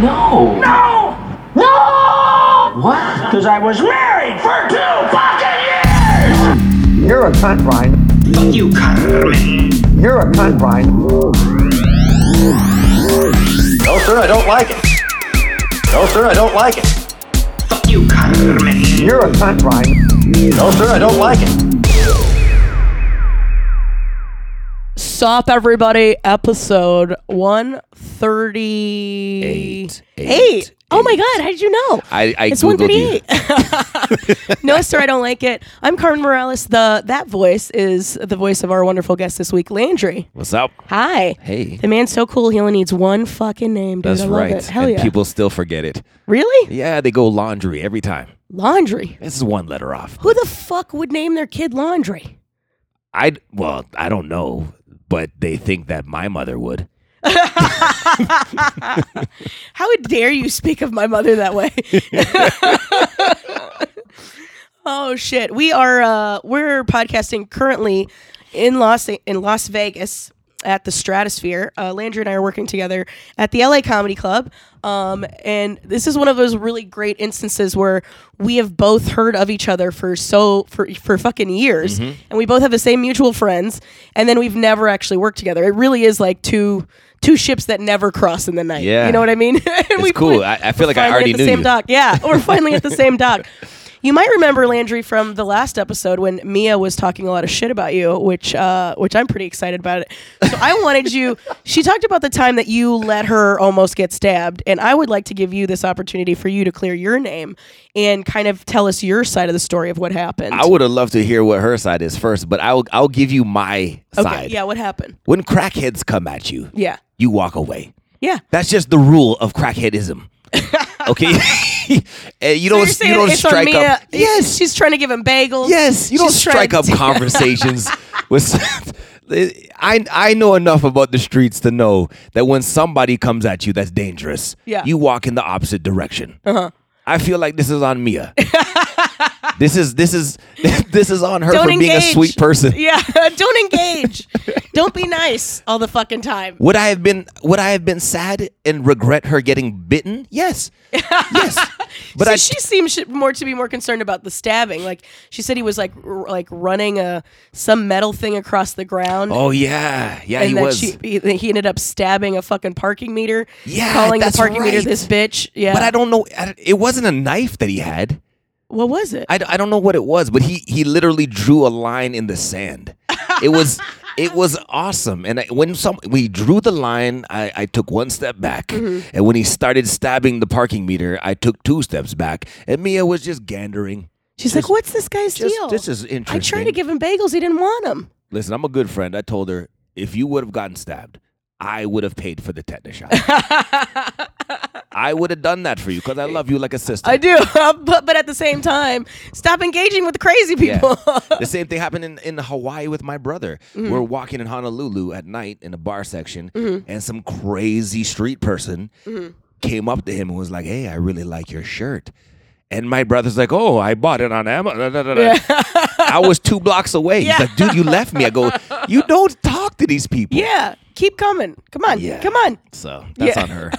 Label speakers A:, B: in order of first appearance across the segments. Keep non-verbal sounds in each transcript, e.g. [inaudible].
A: No.
B: No! No!
A: What?
B: Because I was married for two fucking years!
C: You're a cunt, Brian.
B: Fuck you, Carmen.
C: You're a cunt, Brian.
D: No, sir, I don't like it. No, sir, I don't like it.
B: Fuck you, Carmen.
C: You're a cunt, Brian.
D: No, sir, I don't like it.
E: Sup, everybody. Episode 138.
F: Eight. Eight.
E: Oh my God. How did you know?
F: I- I
E: it's
F: Googled
E: 138. [laughs] no, sir, I don't like it. I'm Carmen Morales. The That voice is the voice of our wonderful guest this week, Landry.
F: What's up?
E: Hi.
F: Hey.
E: The man's so cool. He only needs one fucking name, dude.
F: That's
E: I love
F: right.
E: it. Hell
F: and
E: yeah.
F: people still forget it.
E: really?
F: Yeah, they go laundry every time.
E: Laundry.
F: This is one letter off.
E: Who the fuck would name their kid Laundry?
F: I well, I don't know, but they think that my mother would.
E: How dare you speak of my mother that way? oh shit. We are uh we're podcasting currently in Las in Las Vegas at the Stratosphere. Uh, Landry and I are working together at the LA Comedy Club. Um, and this is one of those really great instances where we have both heard of each other for so for for fucking years
F: Mm-hmm.
E: and we both have the same mutual friends and then we've never actually worked together. It really is like two two ships that never cross in the night.
F: Yeah.
E: You know what I mean? [laughs] And
F: It's
E: we
F: cool.
E: put-
F: I- I feel
E: we're
F: like I
E: finally
F: already
E: at the
F: knew
E: same
F: you.
E: dock. Yeah, [laughs] we're finally at the same dock. You might remember Landry from the last episode when Mia was talking a lot of shit about you, which uh, which I'm pretty excited about it. So I wanted
F: [laughs]
E: you. She talked about the time that you let her almost get stabbed, and I would like to give you this opportunity for you to clear your name and kind of tell us your side of the story of what happened.
F: I would have loved to hear what her side is first, but I'll I'll give you my
E: Okay.
F: side.
E: Yeah. What happened?
F: When crackheads come at you,
E: Yeah.
F: you walk away.
E: Yeah.
F: That's just the rule
E: [laughs]
F: of crackheadism. Okay, [laughs] And you don't
E: so you're saying
F: you don't
E: it's on
F: strike
E: Mia.
F: up. Yes,
E: She's trying to give him bagels.
F: Yes, you don't
E: She's trying [laughs]
F: strike up
E: to-
F: conversations with. [laughs] I I know enough about the streets to know that when somebody comes at you that's dangerous,
E: Yeah.
F: you walk in the opposite direction. Uh-huh. I feel like this is on Mia. [laughs] this is this is [laughs] this is on her
E: Don't
F: for being a
E: engage.
F: sweet person.
E: [laughs] Yeah, don't engage. don't be nice all the fucking time.
F: Would I have been would I have been sad and regret her getting bitten?
E: [laughs]
F: Yes. yes. But
E: so
F: I
E: she seems sh- more to be more concerned about the stabbing. Like she said, he was like r- like running a some metal thing across the ground.
F: Oh yeah. Yeah,
E: And
F: he
E: that
F: was.
E: she, he, he ended up stabbing a fucking parking meter.
F: Yeah,
E: calling the
F: that's
E: parking meter
F: right.
E: this bitch. Yeah,
F: But I don't know I- it wasn't a knife that he had.
E: What was it?
F: I, d- I don't know what it was, but he he literally drew a line in the sand. It was
E: [laughs]
F: it was awesome. And I, when some we drew the line, I, I took one step back,
E: Mm-hmm.
F: and when he started stabbing the parking meter, I took two steps back, and Mia was just gandering.
E: She's like, "What's this guy's
F: Just
E: deal?"
F: this is
E: I
F: interesting.
E: tried to give him bagels. He didn't want them.
F: Listen, I'm a good friend. I told her if you would have gotten stabbed, I would have paid for the tetanus
E: [laughs]
F: shot. I would have done that for you because I love you like a sister.
E: I do, [laughs] but but at the same time, stop engaging with the crazy people. [laughs] Mm-hmm.
F: the same thing happened in, in Hawaii with my brother. We're walking in Honolulu at night in the bar section, and some crazy street person
E: Mm-hmm.
F: came up to him and was like, Hey, I really like your shirt. And my brother's like, Oh, I bought it on Amazon. da, da, da, da." I was two blocks away.
E: Yeah.
F: He's like, Dude, you left me. I go, You don't talk to these people.
E: yeah, keep coming. Come on,
F: Yeah.
E: come on.
F: So that's
E: Yeah.
F: on her.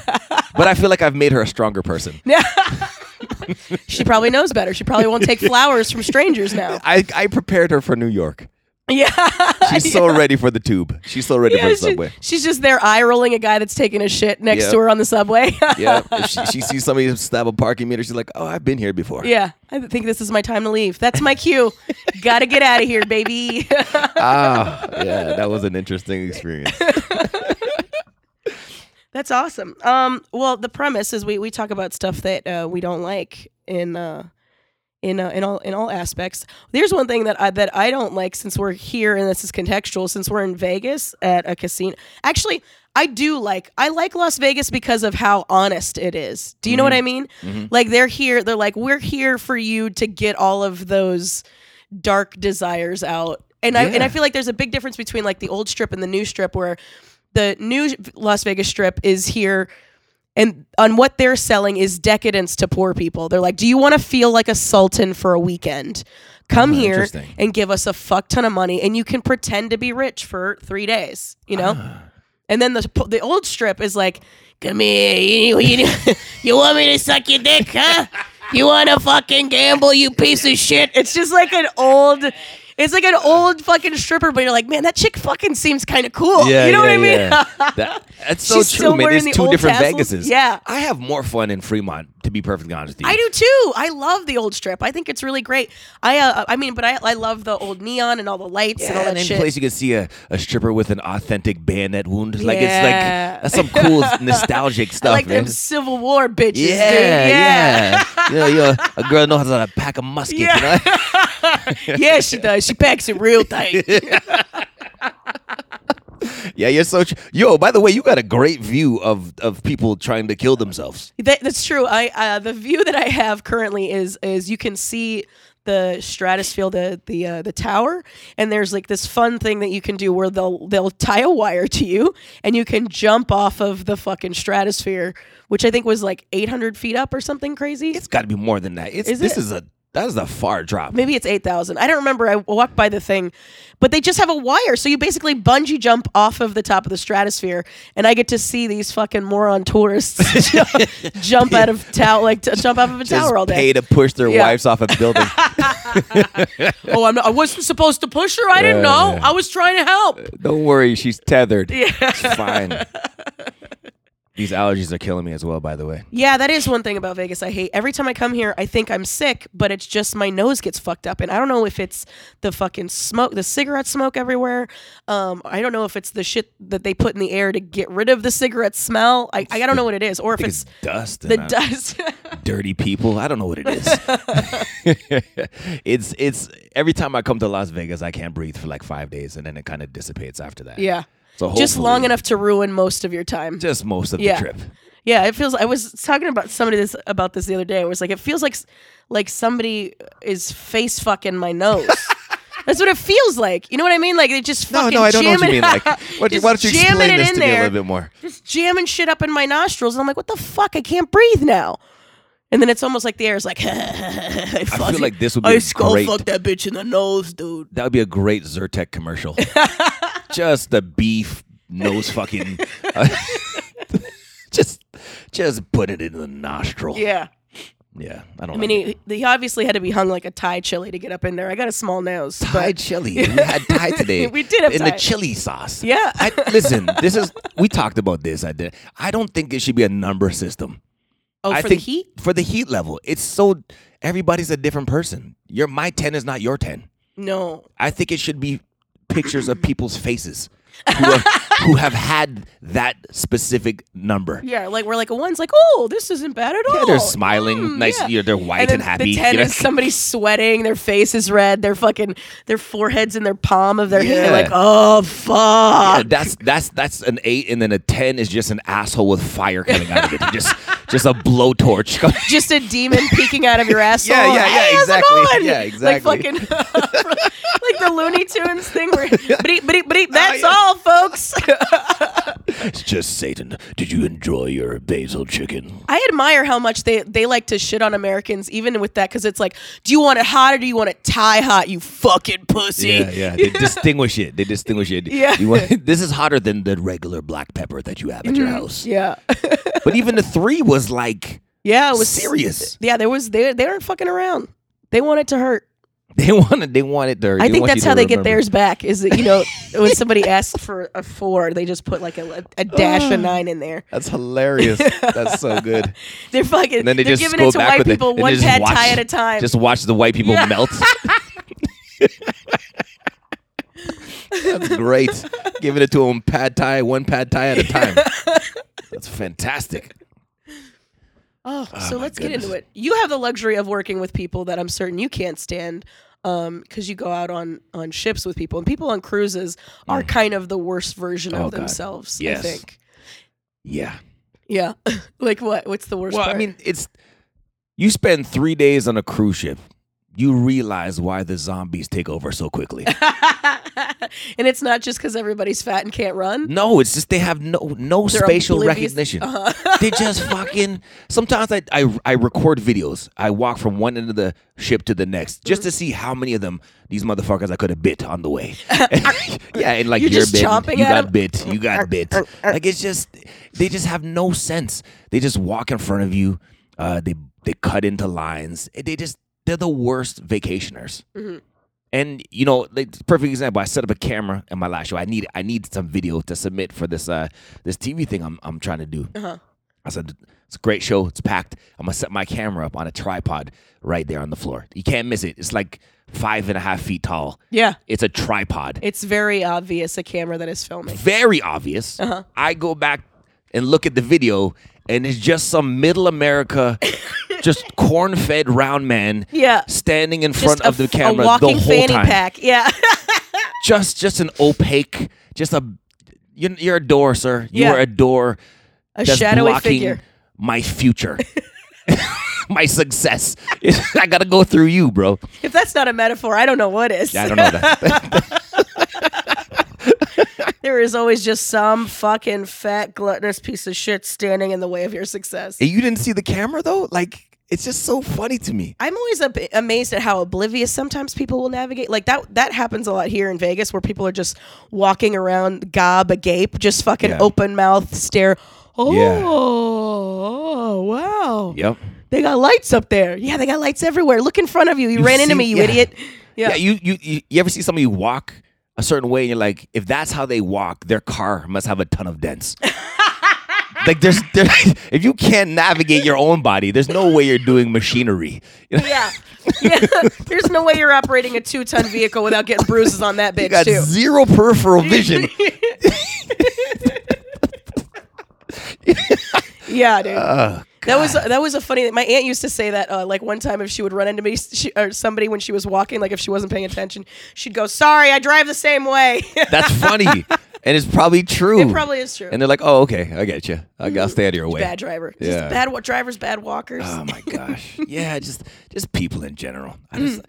F: But I feel like I've made her a stronger person.
E: She probably knows better. She probably won't take
F: [laughs]
E: flowers from strangers now.
F: I, I prepared her for
E: [laughs]
F: New York.
E: Yeah.
F: She's so ready for the tube. She's so ready
E: Yeah,
F: for the
E: she-
F: subway.
E: she's just there eye rolling a guy that's taking a shit next
F: Yeah.
E: to her on the subway.
F: [laughs] yeah. If she, [laughs] she sees somebody stab a parking meter, she's like, "Oh, I've been here before."
E: [laughs] yeah. I think this is my time to leave. That's my
F: [laughs]
E: cue. Gotta get out of here, baby. [laughs]
F: Ah, [laughs] yeah. That was an interesting [laughs] experience.
E: that's awesome. Um, well, the premise is we, we talk about stuff that uh, we don't like in uh, in uh, in all in all aspects. There's one thing that I that I don't like since we're here and this is contextual since we're in Vegas at a casino. Actually, I do like I like Las Vegas because of how honest it is. Do you know what I mean? Like they're here they're like we're here for you to get all of those dark desires out. And I and I
F: Yeah.
E: feel like there's a big difference between like the old strip and the new strip where the new Las Vegas strip is here and on what they're selling is decadence to poor people. They're like, "Do you want to feel like a sultan for a weekend? Come here
F: interesting.
E: and give us a fuck ton of money, and you can pretend to be rich for three days." You know. And then the the old strip is like, Come here. You, you, [laughs] you want me to suck your dick, huh? You want to fucking gamble, you piece of shit? It's just like an old. It's like an old fucking stripper, but you're like, man, that chick fucking seems kind of cool. you know what I mean? [laughs]
F: That- that's so
E: She's
F: true,
E: still
F: man. There's
E: wearing the
F: two
E: old
F: different
E: tassels.
F: Vegases.
E: Yeah.
F: I have more fun in Fremont, to be perfectly honest with you.
E: I do too. I love the old strip. I think it's really great. I uh, I mean, but I, I love the old neon and all the lights and all
F: Yeah,
E: that
F: and any
E: shit.
F: place you can see a, a stripper with an authentic bayonet wound. Like
E: Yeah.
F: it's like that's some
E: [laughs]
F: cool nostalgic
E: I
F: stuff,
E: like
F: man.
E: them Civil War bitches, dude.
F: yeah, yeah. you know, you're- a girl knows how to pack a musket. you
E: Yeah.
F: know? [laughs]
E: Yeah. yeah, she does. She packs it real tight.
F: yeah, you're so. Tr- Yo, by the way, you got a great view of of people trying to kill themselves.
E: That, that's true. I uh, the view that I have currently is is you can see the stratosphere, the the uh, the tower, and there's like this fun thing that you can do where they'll they'll tie a wire to you and you can jump off of the fucking stratosphere, which I think was like 800 feet up or something crazy.
F: It's got to be more than that. It's
E: Is
F: this
E: it?
F: is a that is a far drop.
E: Maybe it's 8,000. I don't remember. I walked by the thing, but they just have a wire. So you basically bungee jump off of the top of the stratosphere, and I get to see these fucking moron tourists [laughs] jump, jump out of tower, like t- jump off of a
F: Just
E: tower all day.
F: pay to push their
E: Yeah.
F: wives off a
E: [laughs]
F: building.
E: oh, I'm not, I wasn't supposed to push her. I didn't know. I was trying to help.
F: Don't worry, she's tethered.
E: [laughs]
F: It's fine. These allergies are killing me as well, by the way.
E: Yeah, that is one thing about Vegas I hate. Every time I come here, I think I'm sick, but it's just my nose gets fucked up. And I don't know if it's the fucking smoke, the cigarette smoke everywhere. Um, I don't know if it's the shit that they put in the air to get rid of the cigarette smell. I, I don't know what it is, or if it's
F: It's dust.
E: the
F: and I-
E: dust. [laughs]
F: dirty people. I don't know what it is.
E: [laughs]
F: it's it's every time I come to Las Vegas, I can't breathe for like five days, and then it kind of dissipates after that.
E: yeah.
F: So
E: Just long
F: hopefully-
E: enough to ruin most of your time.
F: Just most of
E: Yeah.
F: the trip.
E: Yeah, it feels. I was talking about somebody this about this the other day. It was like it feels like s- like somebody is face fucking my
F: [laughs]
E: nose. That's what it feels like. You know what I mean? Like they just
F: No,
E: fucking
F: no, I don't know what you
E: jamming-
F: mean.
E: [laughs]
F: Like, what,
E: just
F: why don't you
E: jamming
F: explain
E: it
F: this
E: in
F: to me
E: there,
F: a little bit more?
E: Just jamming shit up in my nostrils, and I'm like, what the fuck? I can't breathe now. And then it's almost like the air is like. [laughs] I, fucking-
F: like this would be
E: I
F: a
E: skull
F: great-
E: fucked that bitch in the nose, dude.
F: That would be a great
E: [laughs]
F: Zyrtec commercial. just the beef
E: [laughs]
F: nose fucking. [laughs] just just put it in the nostril.
E: Yeah.
F: Yeah, I don't.
E: I mean, he, he obviously had to be hung like a Thai chili to get up in there. I got a small nose. but-
F: Thai chili. We
E: [laughs]
F: had Thai today.
E: We did have
F: in the
E: Thai.
F: chili sauce.
E: Yeah.
F: I,
E: [laughs]
F: listen, this is we talked about this. I did. I don't think it should be a number system.
E: oh,
F: I
E: for
F: think
E: the heat?
F: for the heat level, it's so everybody's a different person. Your my ten is not your ten.
E: No.
F: I think it should be pictures of people's faces who
E: [laughs]
F: are, who have had that specific number.
E: Yeah, like we're like one's like, oh, this isn't bad at all.
F: Yeah, they're smiling,
E: Mm,
F: nice.
E: yeah."
F: You know, they're white
E: And
F: and,
E: then
F: happy.
E: The
F: you
E: ten
F: know?
E: is somebody's sweating. Their face is red. Their fucking their foreheads in their palm of their hand.
F: Yeah.
E: Like, oh fuck.
F: Yeah, that's that's that's an eight, and then a ten is just an asshole with fire coming out of it,
E: [laughs]
F: just just a blowtorch. [laughs] coming-
E: Just a demon peeking out of your asshole.
F: [laughs] Yeah, yeah, yeah,
E: Hey, how's it
F: exactly.
E: going?
F: Yeah, exactly.
E: Like fucking, [laughs] like the Looney Tunes thing
F: [laughs]
E: where, but but that's
F: Oh, yeah.
E: all,
F: [laughs]
E: folks.
F: It's just Satan. Did you enjoy your basil chicken?
E: I admire how much they, they like to shit on Americans, even with that, because it's like, do you want it hot or do you want it tie hot, you fucking pussy?
F: Yeah, yeah.
E: [laughs]
F: They distinguish it. They distinguish it.
E: Yeah.
F: You want, [laughs] this is hotter than the regular black pepper that you have at your house.
E: Mm-hmm. Yeah.
F: But even the three was like
E: yeah, it was
F: was serious.
E: Yeah, there was they they weren't fucking around. They want it to hurt.
F: They [laughs] wanted. They wanted their.
E: I think
F: want you
E: that's
F: to
E: how they get
F: remember.
E: theirs back. Is that you
F: [laughs]
E: know when somebody asks for a four, they just put like a, a dash a nine in there. [laughs]
F: That's hilarious. that's so good.
E: They're fucking.
F: And then they
E: they're
F: just
E: giving
F: go
E: it to
F: back
E: white
F: with it,
E: people
F: and they
E: one
F: just
E: pad
F: watch-
E: thai at a time.
F: Just watch the white people
E: Yeah.
F: melt.
E: [laughs]
F: That's great. Giving it to them pad thai, one pad thai at
E: [laughs]
F: a time. That's fantastic.
E: Oh, so
F: my
E: let's get into
F: goodness.
E: it. You have the luxury of working with people that I'm certain you can't stand because you go out on, on ships with people, and people on cruises are kind of the worst version
F: Mm. Oh,
E: of
F: God.
E: themselves,
F: Yes.
E: I think.
F: Yeah.
E: Yeah. [laughs] like what? What's the worst
F: Well,
E: part?
F: I mean, it's you spend three days on a cruise ship. you realize why the zombies take over so quickly.
E: [laughs] and it's not just because everybody's fat and can't run.
F: no, it's just they have no no
E: They're
F: spatial
E: oblivious- Uh-huh.
F: recognition. [laughs] they just fucking. Sometimes I, I I record videos. I walk from one end of the ship to the next just
E: Mm.
F: to see how many of them these motherfuckers I could have bit on the
E: [laughs]
F: way. [laughs] yeah, and like
E: You're
F: you're,
E: just
F: bit,
E: chomping
F: you
E: at
F: got
E: 'em.
F: bit, you got bit. Like it's just they just have no sense. They just walk in front of you. Uh, they they cut into lines. They just they're the worst vacationers. And you know, like perfect example. I set up a camera in my last show. I need I need some video to submit for this uh this TV thing I'm I'm trying to do.
E: Uh-huh.
F: I said it's a great show. It's packed. I'm gonna set my camera up on a tripod right there on the floor. You can't miss it. It's like five and a half feet tall.
E: Yeah.
F: It's a tripod.
E: It's very obvious a camera that is filming.
F: very obvious.
E: Uh-huh.
F: I go back and look at the video, and it's just some middle
E: [laughs]
F: America, just corn fed round man.
E: Yeah.
F: Standing in
E: Just
F: front
E: a
F: of the
E: f- a
F: camera
E: walking
F: the whole
E: fanny
F: time.
E: pack. Yeah. [laughs]
F: Just, just an opaque, just a. You're, you're a door, sir. You
E: Yeah.
F: are a door.
E: a
F: that's
E: shadowy
F: blocking
E: figure.
F: My future, [laughs] my success. [laughs] I gotta go through you, bro.
E: If that's not a metaphor, I don't know what is.
F: I don't know that.
E: [laughs] There is always just some fucking fat gluttonous piece of shit standing in the way of your success.
F: you didn't see the camera though. Like it's just so funny to me.
E: I'm always ab- amazed at how oblivious sometimes people will navigate. Like that that happens a lot here in Vegas where people are just walking around gob agape, just fucking
F: Yeah.
E: open mouth stare. Oh,
F: Yeah.
E: oh, wow.
F: Yep.
E: They got lights up there. Yeah, they got lights everywhere. Look in front of you. You,
F: You
E: ran into
F: see-
E: me, you
F: yeah.
E: idiot. Yeah.
F: Yeah, you, you you you ever see somebody walk a certain way and you're like, if that's how they walk, their car must have a ton
E: [laughs]
F: of dents. like there's, there, [laughs] if you can't navigate your own body, there's no way you're doing machinery. You, know,
E: yeah. [laughs] Yeah. There's no way you're operating a two ton vehicle without getting bruises on that
F: you
E: bitch
F: got
E: too. [laughs]
F: zero peripheral vision.
E: Yeah, dude.
F: Oh,
E: that was that was a funny. My aunt used to say that uh, like one time if she would run into me she, or somebody when she was walking, like if she wasn't paying attention, she'd go, "Sorry, I drive the same way." [laughs]
F: That's funny, and it's probably true.
E: it probably is true.
F: And they're like, oh, okay, I get you. I gotta stay out of your way.
E: bad driver. Just
F: Yeah.
E: bad wa- drivers, bad walkers. [laughs]
F: Oh my gosh. yeah, just just people in general. I
E: Mm.
F: just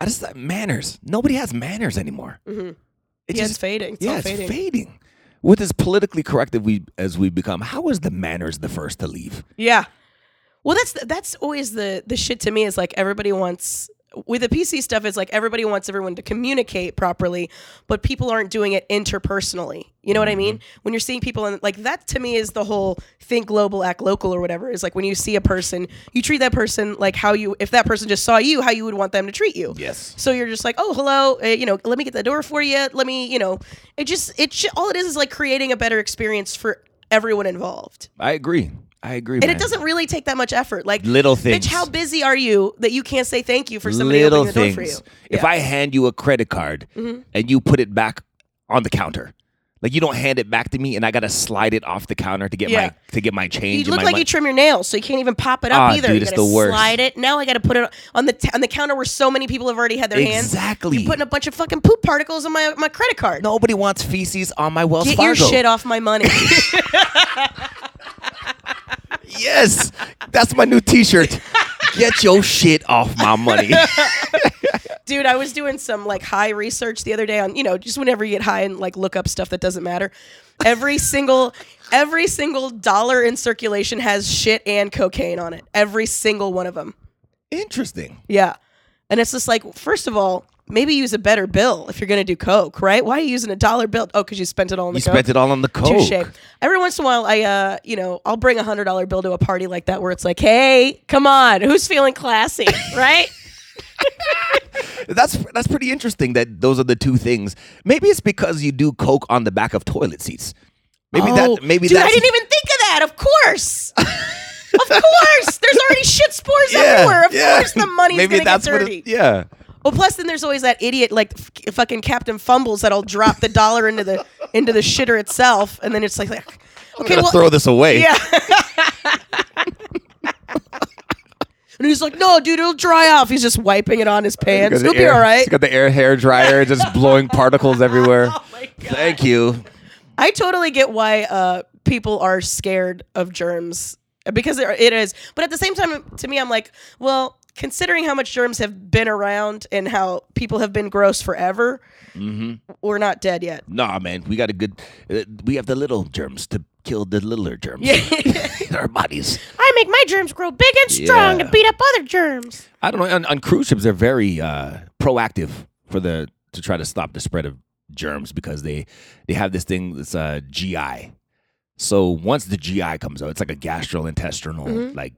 F: I just uh, manners. Nobody has manners anymore. It
E: Mm-hmm. Yeah, it's fading. It's
F: yeah,
E: all
F: it's
E: fading.
F: fading. With as politically correct as we as we become, how is the manners the first to leave?
E: Yeah. Well, that's that's always the the shit to me is like everybody wants with the PC stuff. It's like everybody wants everyone to communicate properly, but people aren't doing it interpersonally. You know what I mean? When you're seeing people and like that to me is the whole think global, act local or whatever. Is like when you see a person, you treat that person like how you if that person just saw you, how you would want them to treat you.
F: Yes.
E: So you're just like, oh, hello, uh, you know, let me get the door for you. Let me, you know, it just it sh- all it is is like creating a better experience for everyone involved.
F: I agree. I agree.
E: And it doesn't really take that much effort. Like
F: Little
E: Bitch,
F: things.
E: how busy are you that you can't say thank you for somebody
F: little
E: opening the
F: things.
E: door for you? Mm-hmm.
F: If I hand you a credit card and you put it back on the counter. Like you don't hand it back to me and I gotta slide it off the counter to get
E: Yeah.
F: my to get my change.
E: You
F: and
E: look
F: my
E: like
F: mon-
E: you trim your nails, so you can't even pop it up
F: Ah,
E: either.
F: dude,
E: you
F: it's
E: gotta
F: the worst.
E: slide it. Now I gotta put it on the t- on the counter where so many people have already had their hands.
F: Exactly.
E: You're putting a bunch of fucking poop particles on my my credit card.
F: Nobody wants feces on my Wells
E: Get
F: Fargo.
E: your [laughs] shit off my
F: [laughs]
E: money.
F: Yes, that's my
E: [laughs]
F: new T-shirt. Get your shit off my money.
E: Dude, I was doing some like high research the other day on, you know, just whenever you get high and like look up stuff that doesn't matter. Every single every single dollar in circulation has shit and cocaine on it. Every single one of them.
F: Interesting.
E: Yeah. And it's just like, first of all, maybe use a better bill if you're going to do coke, right? Why are you using a dollar bill? Oh, because you spent it all on
F: You
E: the coke.
F: spent it all on the coke.
E: Touche. Every once in a while, I, uh, you know, I'll bring a hundred dollar bill to a party like that where it's like, hey, come on, who's feeling
F: [laughs]
E: classy, right?
F: That's that's pretty interesting. That those are the two things. Maybe it's because you do coke on the back of toilet seats. Maybe
E: Oh,
F: that. Maybe
E: dude,
F: that's.
E: I didn't even think of that. Of
F: [laughs]
E: course, of course, there's already shit spores
F: yeah,
E: everywhere. Of
F: yeah.
E: course, the money's
F: Maybe
E: gonna
F: that's
E: get
F: what
E: dirty.
F: it- yeah.
E: Well, plus then there's always that idiot like f- fucking Captain Fumbles that'll drop the dollar into the into the shitter itself, and then it's like, like okay,
F: Gotta
E: well,
F: throw this away. [laughs]
E: yeah. and he's like, no, dude, it'll dry off. He's just wiping it on his
F: Got
E: pants.
F: the
E: He'll be
F: air-
E: all right.
F: it's got the air hair
E: [laughs]
F: dryer just blowing particles everywhere.
E: Oh,
F: Thank you.
E: I totally get why uh, people are scared of germs because it it is. But at the same time, to me, I'm like, well, considering how much germs have been around and how people have been gross forever, we're not dead yet.
F: Mm-hmm. Nah, man, we got a good. Uh, we have the little germs to kill the littler germs [laughs] in our bodies.
A: I make my germs grow big and strong
F: Yeah.
A: to beat up other germs.
F: I don't know. On, on cruise ships, they're very uh, proactive for the to try to stop the spread of germs because they they have this thing that's uh, GI. So once the GI comes out, it's like a gastrointestinal like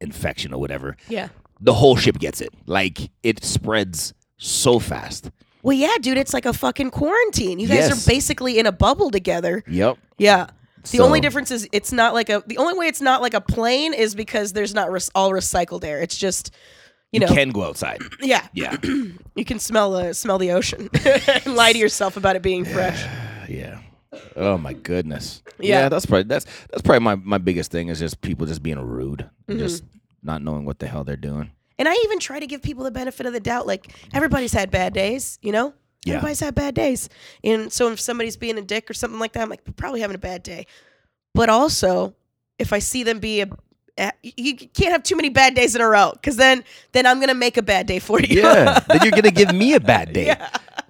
F: infection or whatever.
E: Yeah.
F: The whole ship gets it. Like it spreads so fast.
E: Well, yeah, dude, it's like a fucking quarantine. You guys
F: Yes.
E: are basically in a bubble together.
F: Yep.
E: Yeah. The only
F: So-
E: difference is it's not like a. The only way it's not like a plane is because there's not re- all recycled air. It's just, you know,
F: Can go outside.
E: yeah,
F: Yeah.
E: you can smell the smell the ocean [laughs] and lie to yourself about it being fresh.
F: Yeah. Oh my goodness.
E: Yeah.
F: that's probably that's that's probably my, my biggest thing is just people just being rude, and just not knowing what the hell they're doing.
E: And I even try to give people the benefit of the doubt. Like everybody's had bad days, you know.
F: Yeah.
E: Everybody's had bad days, and so if somebody's being a dick or something like that, I'm like "They're probably having a bad day. But also, if I see them be a a- you can't have too many bad days in a row because then then I'm gonna make a bad day for you.
F: [laughs] Yeah. then you're gonna give me a [laughs] bad day,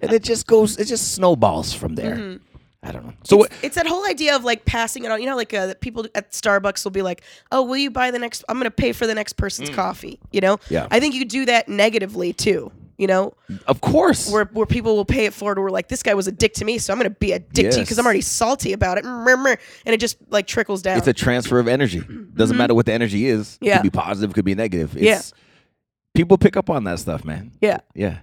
F: and it just goes, it just snowballs from there. I don't know. Mm-hmm. So what?
E: [laughs] it's that whole idea of like passing it on. You know, like uh, that people at Starbucks will be like, "Oh, will you buy the next? I'm gonna pay for the next person's coffee." You know,
F: Mm. Yeah.
E: I think you could do that negatively too. You know,
F: Of course.
E: where where people will pay it forward. We're like, this guy was a dick to me, so I'm gonna be a dick to you because
F: Yes.
E: I'm already salty about it. And it just like trickles down.
F: it's a transfer of energy. Doesn't matter what the energy is.
E: Yeah.
F: Could be positive. Could be negative. It's,
E: Yeah.
F: People pick up on that stuff, man.
E: yeah,
F: Yeah.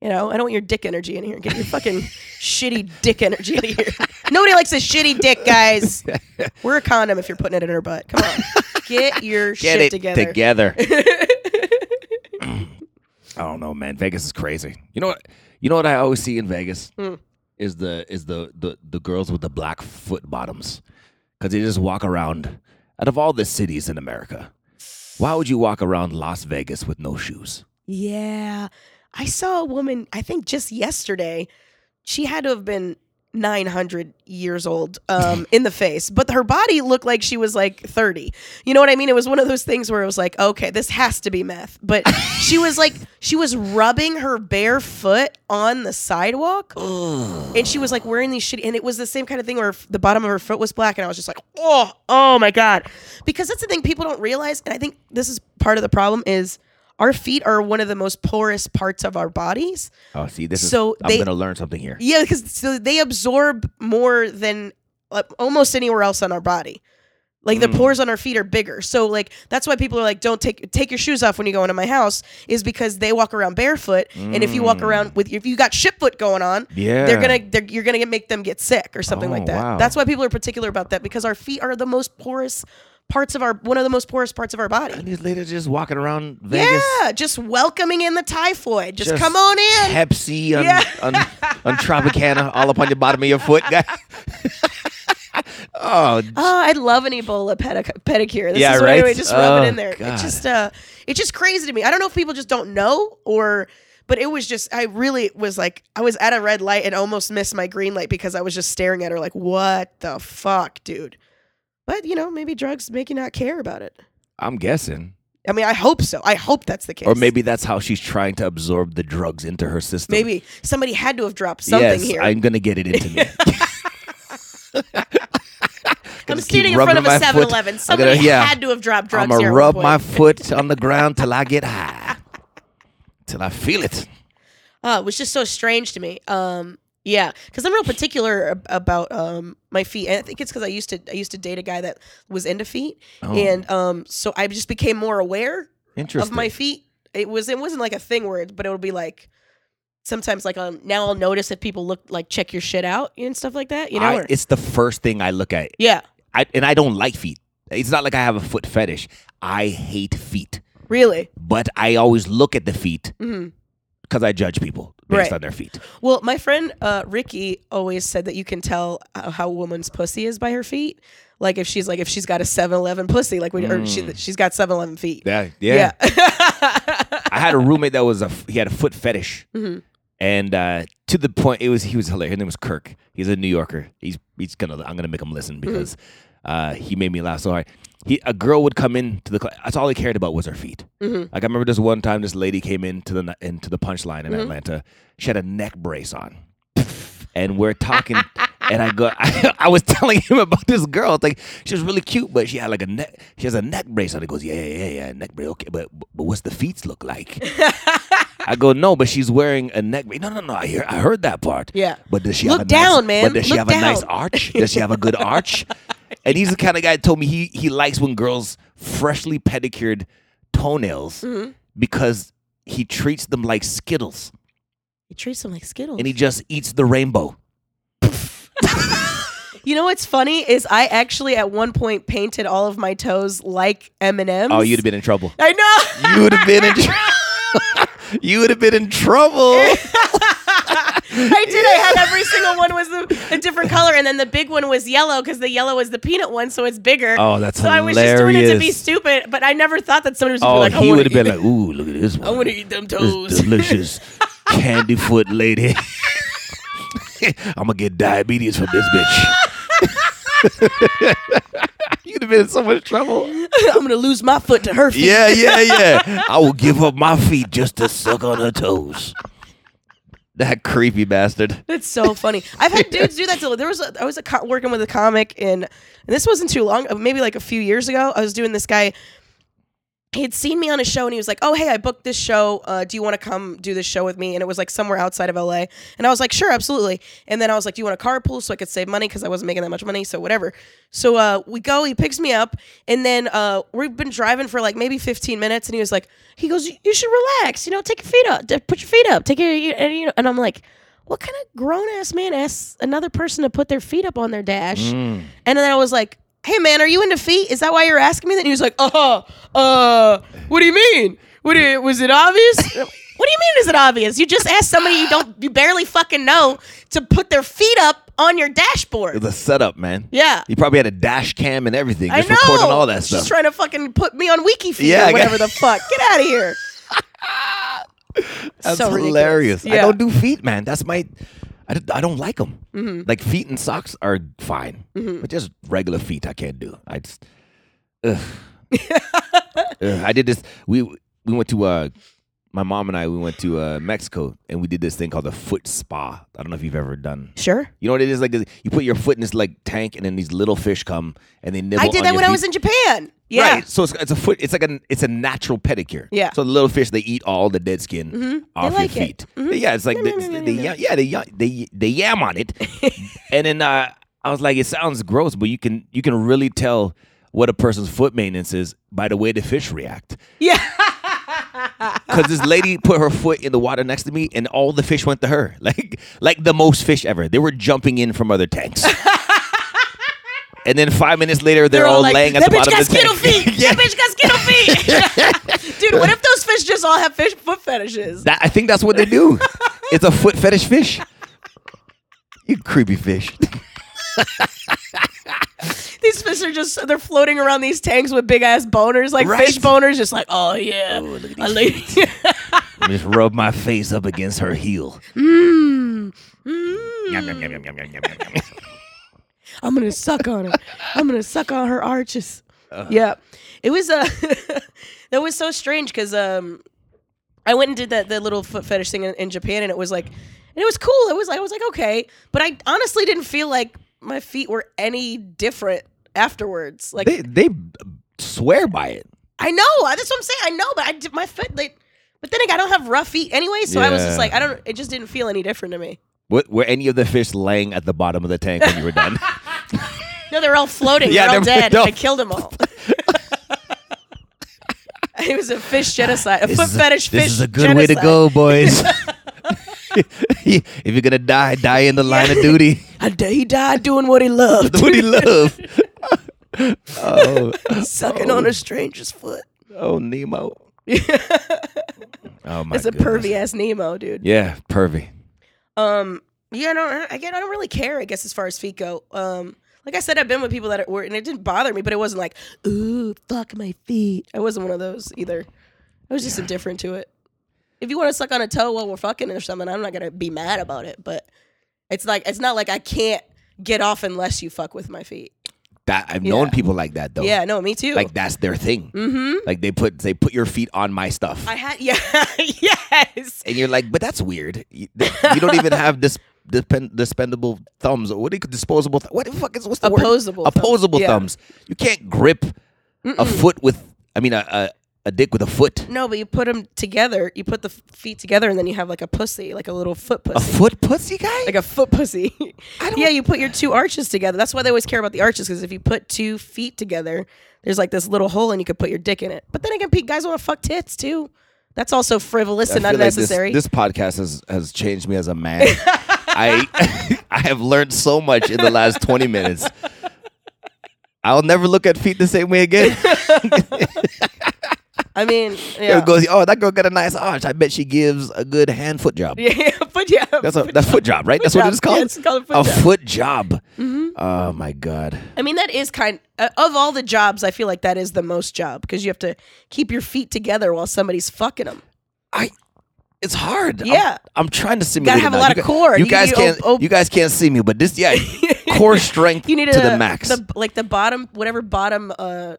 E: you know, I don't want your dick energy in here. Get your fucking shitty dick energy in here. Nobody likes a shitty dick, guys.
F: [laughs]
E: We're a condom if you're putting it in her butt. Come on, get your shit together.
F: together.
E: [laughs]
F: I don't know, man. Vegas is crazy. You know what? You know what I always see in Vegas
E: Hmm.
F: is the is the, the the girls with the black foot bottoms because they just walk around. Out of all the cities in America, why would you walk around Las Vegas with no shoes?
E: Yeah. I saw a woman, I think just yesterday, she had to have been 900 years old um, in the face, but her body looked like she was like 30. You know what I mean? It was one of those things where it was like, okay, this has to be meth. But she was like, she was rubbing her bare foot on the sidewalk. And she was like wearing these shitty, and it was the same kind of thing where f- the bottom of her foot was black, and I was just like, oh, oh my god, because that's the thing people don't realize, and I think this is part of the problem is our feet are one of the most porous parts of our bodies.
F: Oh, see, this
E: So
F: is I'm
E: they-
F: gonna learn something here.
E: Yeah, because so they absorb more than like, almost anywhere else on our body. Like
F: Mm.
E: the pores on our feet are bigger, so like that's why people are like, "Don't take take your shoes off when you go into my house," is because they walk around barefoot, and if you walk around with if you got ship foot going on,
F: Mm. Yeah.
E: they're gonna they're, you're gonna make them get sick or something
F: Oh,
E: like that.
F: wow.
E: That's why people are particular about that because our feet are the most porous parts of our one of the most porous parts of our
F: And
E: body.
F: these ladies just walking around Vegas.
E: Yeah, just welcoming in the typhoid. Just,
F: Just
E: come on in.
F: Pepsi on,
E: Yeah.
F: on, on Tropicana all up on the bottom of
E: [laughs]
F: your foot, [laughs] guy.
E: Oh,
F: oh,
E: I'd love an Ebola pedic- pedicure. This
F: Yeah,
E: is right.
F: right?
E: Way to just rub it
F: Oh,
E: in there.
F: God.
E: It's just uh, it's just crazy to me. I don't know if people just don't know or, but it was just I really was like I was at a red light and almost missed my green light because I was just staring at her like what the fuck, dude. But you know maybe drugs make you not care about it.
F: I'm guessing.
E: I mean I hope so. I hope that's the case.
F: Or maybe that's how she's trying to absorb the drugs into her system.
E: maybe somebody had to have dropped something
F: yes,
E: here.
F: I'm gonna get it into
E: [laughs]
F: me.
A: I'm
F: Gonna keep
A: standing in front of
F: rubbing
A: a
F: my foot.
A: 7 Eleven.
F: I'm
A: Somebody
F: gonna- yeah.
A: had to have dropped drugs
F: I'm gonna
A: here. at
F: rub
A: one
F: my
A: point.
F: foot on the ground till I get high, till I feel it.
E: Oh, it was just so strange to me. Um, yeah, because I'm real particular ab- about um my feet, and I think it's because I used to I used to date a guy that was into feet,
F: Oh.
E: and um, so I just became more aware of
F: Interesting.
E: my feet. It was it wasn't like a thing where, it, but it would be like sometimes like um now I'll notice if people look like check your shit out and stuff like that. You know,
F: I-
E: or-
F: it's the first thing I look at.
E: yeah,
F: I, and I don't like feet. It's not like I have a foot fetish. I hate feet,
E: really.
F: but I always look at the feet because I judge people based
E: Mm-hmm. Right.
F: on their feet.
E: Well, my friend uh, Ricky always said that you can tell how, how a woman's pussy is by her feet. Like if she's like if she's got a 7-Eleven pussy, like we, or she,
F: Mm.
E: she's got 7-Eleven feet.
F: Yeah,
E: [laughs] Yeah.
F: I had a roommate that was a f- he had a foot fetish, and uh, to the point it was he was hilarious. His name was Kirk. He's a New Yorker. He's he's gonna I'm gonna make him listen because Uh, he made me laugh so hard. He, a girl would come in to the class. That's all he cared about was her feet. Like I remember this one time, this lady came into the ni- into the punchline in Atlanta. She had a neck brace on, and we're talking. And I go, [laughs] I, was telling him about this girl. Like she was really cute, but she had like a neck. She has a neck brace on. He goes, yeah, yeah, yeah, yeah, neck brace. Okay, but but what's the feet look
E: [laughs]
F: like? I go, no, but she's wearing a neck. brace." No, no, no. I hear, I heard that part.
E: Yeah.
F: But does she
E: Look
F: have a
E: down,
F: nice,
E: man.
F: But does she
E: Look
F: have a nice
E: down.
F: arch? Does she have a good
E: [laughs]
F: arch? And he's the kind of guy that told me he he likes when girls freshly pedicured toenails
E: Mm-hmm.
F: because he treats them like Skittles
E: He treats them like Skittles.
F: and he just eats the rainbow.
E: you know what's funny is I actually at one point painted all of my toes like M and M's.
F: Oh, you'd have been in trouble.
E: I know.
F: You would have been
E: [laughs]
F: in trouble. you would have been in trouble.
E: I did. I had every single one was the, a different color, and then the big one was yellow because the yellow is the peanut one, so it's bigger.
F: Oh, that's
E: so I was just doing it to be
F: hilarious.
E: stupid, but I never thought that somebody was
F: Oh,
E: gonna be like,
F: he
E: "I
F: would have been
E: want
F: like, "Ooh, look at this one!
E: I want to eat them
F: this
E: toes."
F: delicious candy foot lady. [laughs] I'm gonna get diabetes from this bitch. [laughs] You'd have been in so much trouble.
E: [laughs] I'm gonna lose my foot to her feet.
F: Yeah, yeah, yeah. I will give up my feet just to suck on her toes. That creepy bastard.
E: That's so funny. I've
F: [laughs]
E: had dudes do that. To, there was a, I was a co- working with a comic, and, and this wasn't too long, uh, maybe like a few years ago. I was doing this guy. He had seen me on a show, and he was like, "Oh, hey, I booked this show. Uh, do you want to come do this show with me?" And it was like somewhere outside of LA, and I was like, "Sure, absolutely." And then I was like, "Do you want a carpool so I could save money because I wasn't making that much money?" So whatever. So uh, we go. He picks me up, and then uh, we've been driving for like maybe 15 minutes, and he was like, "He goes, you should relax. You know, take your feet up. D- Put your feet up. Take your you- and you know." And I'm like what kind of grown ass man asks another person to put their feet up on their dash? And then I was like, hey man, are you into feet? Is that why you're asking me that? And he was like, uh, uh, what do you mean? What do you- was it
F: [laughs]
E: obvious? what do you mean is it obvious? You just asked somebody you don't, you barely fucking know to put their feet up on your
F: It
E: dashboard.
F: was a setup, man.
E: Yeah.
F: He probably had a dash cam and everything,
E: I
F: just
E: know.
F: recording all that
E: She's
F: stuff.
E: trying to fucking put me on WikiFeet
F: Yeah, I
E: or whatever
F: [laughs] got-
E: the fuck. Get out of here.
F: [laughs] That's
E: so ridiculous.
F: hilarious. I
E: Yeah. Mm-hmm.
F: don't do feet, man. That's my. I, d- I don't like them. Like feet and socks are fine, but just regular feet I can't do. I just.
E: [laughs]
F: Ugh. Ugh, I did this. We we went to uh, my mom and I. We went to uh, Mexico and we did this thing called the foot spa. I don't know if you've ever done.
E: Sure.
F: You know what it is like? is You put your foot in this like tank, and then these little fish come and they nibble.
E: I did
F: on
E: that
F: your
E: when I
F: feet.
E: was in Japan. Yeah.
F: Right. So it's, it's a foot. It's like a it's a natural pedicure.
E: Yeah. Mm-hmm.
F: So the little fish they eat all the dead skin off
E: like
F: your
E: it. Mm-hmm.
F: feet. Yeah. It's like the, they yam- yeah they yam- they they yam
E: [laughs]
F: on it, and then uh, I was like, it sounds gross, but you can you can really tell what a person's foot maintenance is by the way the fish react.
E: Yeah.
F: Because
E: [laughs]
F: this lady put her foot in the water next to me, and all the fish went to her. [laughs] Like like the most fish ever. They were jumping in from
E: [laughs]
F: other tanks. And then five minutes later, they're,
E: They're all
F: all
E: like,
F: laying at
E: "That
F: the
E: bitch
F: bottom
E: got
F: of the
E: skittle
F: tank. [laughs]
E: feet.
F: yeah,
E: That bitch got skittle
F: [laughs]
E: feet. Dude, what if those fish just all have fish foot fetishes?
F: That I think that's what they [laughs] do. it's a foot fetish fish. You creepy fish.
E: These fish are just they're floating around these tanks with big ass boners, like
F: Right.
E: fish boners, just like, oh yeah. I [laughs] like-
F: Just rub my face up against her heel.
E: Mm.
F: Yum, yum, yum, yum, yum, yum, yum, yum, yum.
E: I'm gonna suck on her. I'm gonna suck on her arches.
F: Uh-huh.
E: Yeah, it was uh, [laughs] that was so strange because um, I went and did that the little foot fetish thing in, in Japan, and it was like, and it was cool. It was like I was like okay, but I honestly didn't feel like my feet were any different afterwards. Like
F: they they swear by it.
E: I know I- that's what I'm saying. I know, but I did my foot like. But then again, I don't have rough feet anyway, so I was
F: Yeah.
E: just like, I don't. It just didn't feel any different to me.
F: What, were any of the fish laying at the bottom of the tank when you were [laughs] done?
E: No, they're all floating.
F: Yeah,
E: they're all
F: they're-
E: dead.
F: no.
E: I killed them all. [laughs] it was a fish genocide, a foot
F: is a-
E: fetish
F: this
E: fish.
F: is a good way to
E: genocide.
F: go, boys. [laughs] if you're gonna die, die in the line of duty. [laughs]
E: I d- he died doing what he loved,
F: What do you love?
E: sucking on a stranger's foot.
F: Oh, [laughs] Nemo. oh my.
E: It's a
F: goodness.
E: pervy ass Nemo, dude.
F: Yeah, pervy.
E: Um, yeah, I don't. Again, I don't really care. I guess as far as feet go, um. Like I said, I've been with people that were, and it didn't bother me, but it wasn't like, ooh, fuck my feet. I wasn't one of those either. I was just indifferent to it. If you want to suck on a toe while we're fucking or something, I'm not gonna be mad about it. But it's like, it's not like I can't get off unless you fuck with my feet.
F: That I've
E: Yeah.
F: known people like that though.
E: Yeah, no, me too.
F: Oh. Like that's their thing.
E: mm-hmm.
F: Like they put they put your feet on my stuff.
E: I had [laughs] yeah, yes.
F: and you're like, but that's weird. You, [laughs] you don't even have this depend, dispendable thumbs. What do you disposable? Th- what the fuck is what's the
E: Opposable
F: word?
E: thumbs.
F: Opposable
E: Yeah.
F: thumbs. You can't grip a foot with. I mean, a, a a dick with a foot.
E: No, but you put them together. You put the f- feet together, and then you have like a pussy, like a little foot
F: A
E: pussy,
F: foot pussy guy.
E: like a foot [laughs] pussy. yeah, you put your two arches together. That's why they always care about the arches, because if you put two feet together, there's like this little hole, and you could put your dick in it. But then again, Pete, guys want to fuck tits too. That's also frivolous and
F: I feel like this-
E: unnecessary.
F: this, podcast has, has changed me as
E: [laughs]
F: a man. I [laughs] I have learned so much in the last 20 minutes. I'll never look at feet the same way again.
E: I
F: [laughs]
E: mean,
F: It
E: yeah,
F: goes, oh, that girl got a nice arch. I bet she gives a good hand foot job.
E: [laughs] yeah, but yeah,
F: That's a
E: [laughs]
F: that's foot job, right? That's
E: Foot
F: what
E: job.
F: it's called.
E: Yeah, it's called a foot
F: a
E: job. Mm-hmm.
F: foot job. Oh my god.
E: I mean, that is kind uh, of all the jobs. I feel like that is the most job because you have to keep your feet together while somebody's fucking them.
F: I it's hard. I'm-
E: Yeah.
F: I'm, trying to simulate. it
E: have a
F: now.
E: lot
F: You
E: of
F: gu-
E: core.
F: You
E: You-
F: guys
E: you
F: can't
E: op- op-
F: you guys can't see me, but
E: [laughs]
F: this yeah, core strength
E: You need
F: to
E: a,
F: the max.
E: the- like the bottom, whatever bottom. uh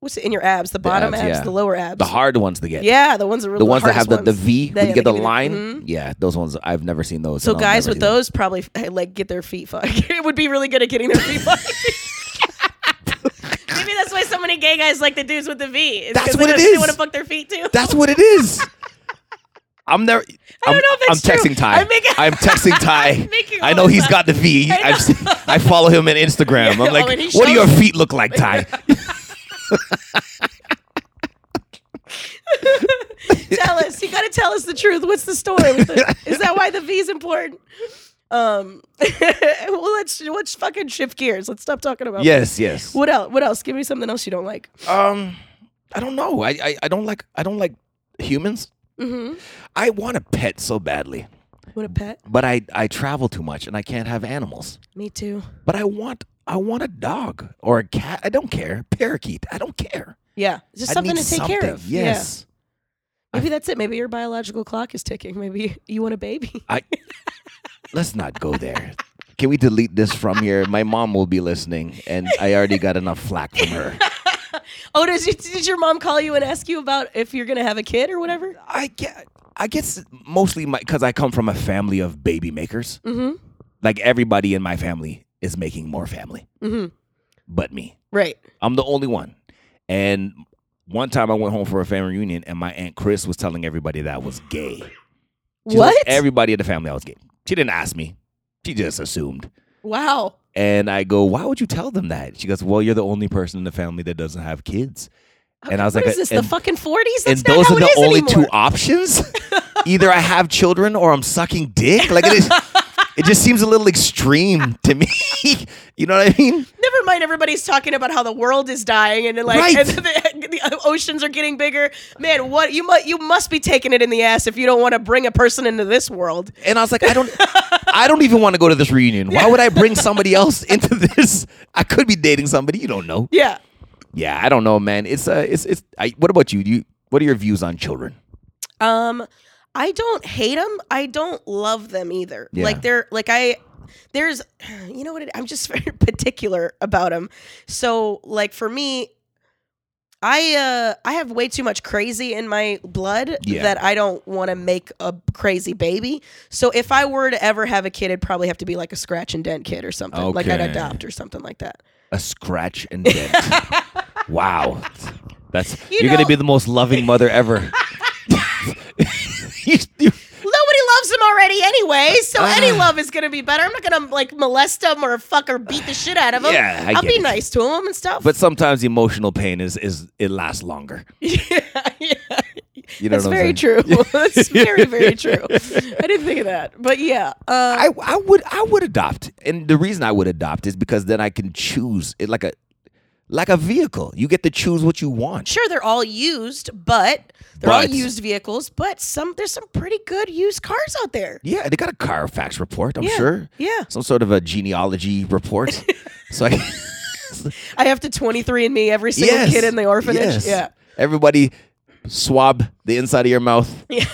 E: What's it in your abs? The bottom
F: abs,
E: abs,
F: yeah.
E: the lower abs.
F: The hard ones to get.
E: Yeah, the ones that are
F: The ones that have the,
E: hardest ones.
F: the V
E: They-
F: when you get
E: they
F: the line.
E: mhm.
F: Yeah, those ones I've never seen those.
E: So
F: and I'll never
E: guys with
F: do them.
E: those probably [laughs] f- like get their feet fucked. [laughs] it would be really good at getting their feet fucked. [laughs]
A: Maybe that's why so many gay guys like the dudes with the V. It's
F: That's
A: 'cause they
F: what it
A: don't- They
F: is.
A: want to fuck their feet too.
F: That's what it is. [laughs] I'm never. I
A: don't know if that's
F: I'm
A: true.
F: texting Ty.
A: I'm making-
F: I'm texting Ty.
A: I'm making
F: I
A: all
F: know
A: this
F: he's
A: up.
F: got the V.
A: I know.
F: I've seen- I follow him on Instagram.
E: and
F: I'm
E: he
F: like, what do your
E: shows-
F: feet look like, Ty?
E: [laughs]
F: [laughs]
E: tell us. You got to tell us the truth. What's the story? With
F: [laughs]
E: it? Is that why the V is important? Um, [laughs] well, let's let's fucking shift gears. Let's stop talking about
F: yes, yes.
E: What else? What else? Give me something else you don't like.
F: Um, I don't know. I, I I don't like I don't like humans.
E: Mm-hmm.
F: I want a pet so badly,
E: What a pet.
F: but I I travel too much and I can't have animals.
E: Me too.
F: But I want I want a dog or a cat. I don't care. Parakeet. I don't care.
E: Yeah, just
F: I
E: something
F: need
E: to take
F: something.
E: care of. Yeah.
F: Yes.
E: Maybe that's it. Maybe your biological clock is ticking. Maybe [laughs] you want a baby.
F: I let's not go there. Can we delete this from here? My mom will be listening, and I already got enough flack from her.
E: Oh, does you, did your mom call you and ask you about if you're gonna have a kid or whatever?
F: [laughs] I get, I guess mostly my because I come from a family of baby makers.
E: Mhm.
F: Like everybody in my family is making more family,
E: Mhm.
F: but me.
E: Right.
F: I'm the only one. And one time I went home for a family reunion, and my aunt Chris was telling everybody that I was gay. She told
E: what?
F: Everybody in the family I was gay. She didn't ask me. She just assumed.
E: wow.
F: And I go, why would you tell them that? She goes, well, you're the only person in the family that doesn't have kids. And I was
E: What
F: like,
E: is this?
F: and,
E: the fucking forties?
F: and those are the only two options.
E: [laughs]
F: Either I have children or I'm sucking dick. Like it is, it just seems a little extreme to me. [laughs] you know what I mean?
E: Never mind. Everybody's talking about how the world is dying and like [laughs]
F: Right.
E: and the, the oceans are getting bigger. Man, what you must you must be taking it in the ass if you don't want to bring a person into this world.
F: And I was like, I don't, I don't even want to go to this reunion. Why would I bring somebody else into this? I could be dating somebody. You don't know.
E: Yeah.
F: Yeah, I don't know, man. It's uh, it's it's. I, what about you? Do you? What are your views on children?
E: Um, I don't hate them. I don't love them either.
F: Yeah.
E: Like they're like I. There's, [sighs] you know what? It, I'm just [laughs] very particular about them. So like for me, I uh I have way too much crazy in my blood
F: Yeah.
E: that I don't want to make a crazy baby. So if I were to ever have a kid, it'd probably have to be like a scratch and dent kid or something. Like I'd
F: Okay.
E: adopt or something like that.
F: a scratch
E: [laughs]
F: and dent. wow, that's
E: You
F: you are gonna
E: know-
F: be the most loving mother ever.
E: [laughs]
F: [laughs] You- you-
E: Nobody loves him already anyway, so any
F: Ah.
E: love is gonna be better. I'm not gonna like molest him or fuck or beat the shit out of him.
F: Yeah, I
E: will
F: get
E: be
F: it.
E: nice to him and stuff.
F: but sometimes emotional pain is is it lasts longer.
E: yeah, [laughs] yeah.
F: You know
E: that's
F: what I'm
E: very
F: saying? [laughs]
E: true. [laughs] that's very very true. I didn't think of that, but yeah, uh,
F: I, I would I would adopt, and the reason I would adopt is because then I can choose it like a like a vehicle. You get to choose what you want.
E: sure they're all used, but they're all
F: But-
E: used vehicles. But some there's some pretty good used cars out there.
F: Yeah, they got a Carfax report. I'm
E: Yeah,
F: sure.
E: yeah.
F: some sort of a genealogy
E: [laughs]
F: report. so I.
E: I have to 23andMe every single kid in the orphanage.
F: yes.
E: Yeah.
F: Everybody swab the inside of your mouth.
E: Yeah.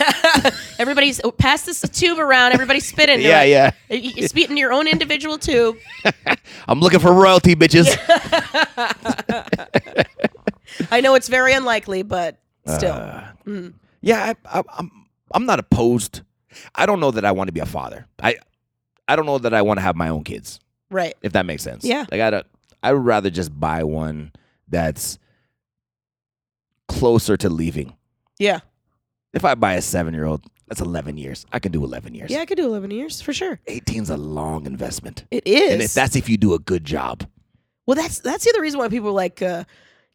A: Everybody's oh, pass this tube around. Everybody spit into
F: [laughs] Yeah,
A: it.
F: yeah.
A: You- You spit into your own individual tube.
F: I'm looking for royalty,
E: [laughs]
F: bitches.
E: I know it's very unlikely, but
F: Uh,
E: still. Mm-hmm.
F: Yeah, I, I, I'm. I'm not opposed. I don't know that I want to be a father. I, I don't know that I want to have my own kids.
E: right.
F: If that makes sense.
E: Yeah.
F: Like I don't. I would rather just buy one that's closer to leaving.
E: Yeah.
F: If I buy a seven-year-old, that's eleven years. I can do eleven years.
E: Yeah, I could do 11 years for sure.
F: 18's a long investment.
E: It is.
F: And if that's if you do a good job.
E: well, that's that's the other reason why people like uh,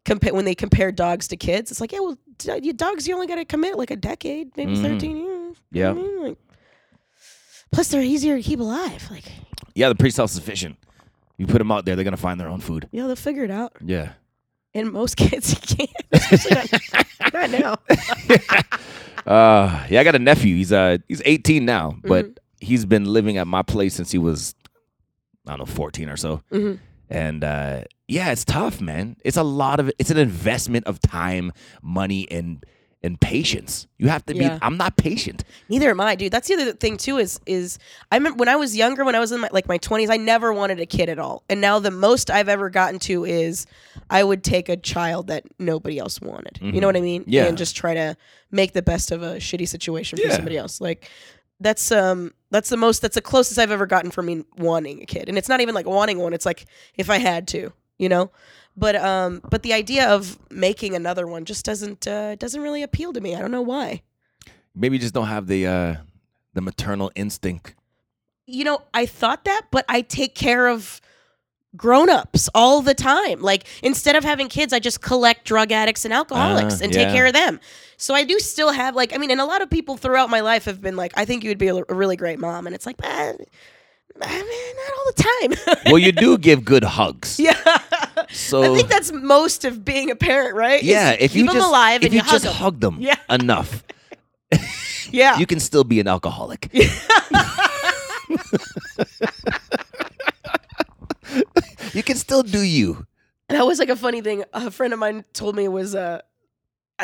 E: compa- when they compare dogs to kids. It's like, yeah, well, d- you dogs, you only got to commit like a decade, maybe
F: Mm.
E: 13 years.
F: Yeah.
E: I mean, like- plus, they're easier to keep alive. Like,
F: Yeah, they're pretty self-sufficient. You put them out there, they're gonna find their own food.
E: you know, they'll figure it out.
F: Yeah.
E: And most [laughs] kids can't. Especially not, not now.
F: Uh, yeah, I got a nephew. He's uh he's 18 now, but
E: Mm-hmm.
F: he's been living at my place since he was I don't know 14 or so.
E: Mhm.
F: And uh, yeah, it's tough, man. It's a lot of it's an investment of time, money, and and patience. You have to
E: Yeah.
F: be. I'm not patient.
E: Neither am I, dude. That's the other thing too. Is is I remember when I was younger, when I was in my like my twenties, I never wanted a kid at all. And now the most I've ever gotten to is I would take a child that nobody else wanted. You know what I mean?
F: Mm-hmm. Yeah.
E: And just try to make the best of a shitty situation for
F: Yeah.
E: somebody else. Like that's um that's the most that's the closest I've ever gotten for me wanting a kid. And it's not even like wanting one. It's like if I had to, you know. But um but the idea of making another one just doesn't uh, doesn't really appeal to me. I don't know why.
F: Maybe you just don't have the uh the maternal instinct.
E: you know, I thought that, but I take care of grown-ups all the time. Like instead of having kids, I just collect drug addicts and alcoholics
F: Ah,
E: and
F: yeah.
E: take care of them. So I do still have like I mean, and a lot of people throughout my life have been like, I think you would be a, a really great mom, and it's like, "Ah, I mean, not all the time. [laughs]
F: Well, you do give good hugs.
E: yeah.
F: So
E: I think that's most of being a parent, right? Is
F: yeah, if
E: keep
F: you
E: them
F: just
E: alive
F: if
E: and
F: you,
E: you, hug
F: just
E: them.
F: hug them
E: Yeah.
F: enough,
E: yeah.
F: you can still be
E: [laughs]
F: an alcoholic. you can still do you.
E: And that was like a funny thing. A friend of mine told me was uh,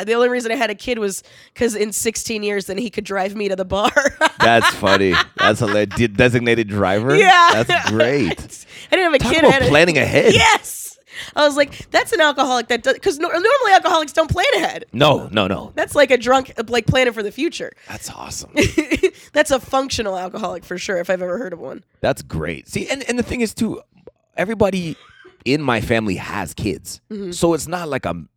E: the only reason I had a kid was because in 16 years, then he could drive me to the bar. [laughs]
F: That's funny. That's a designated driver.
E: Yeah.
F: that's
E: [laughs]
F: great.
E: I didn't have a
F: Talk
E: kid. I
F: about
E: had a-
F: planning ahead.
E: yes. I was like, that's an alcoholic that does because normally alcoholics don't plan ahead.
F: No, no, no.
E: That's like a drunk, uh, like planning for the future. [laughs]
F: That's awesome.
E: that's a functional alcoholic for sure, if I've ever heard of one.
F: That's great. See, and, and the thing is too, everybody in my family has kids,
E: Mm-hmm.
F: so it's not like I'm.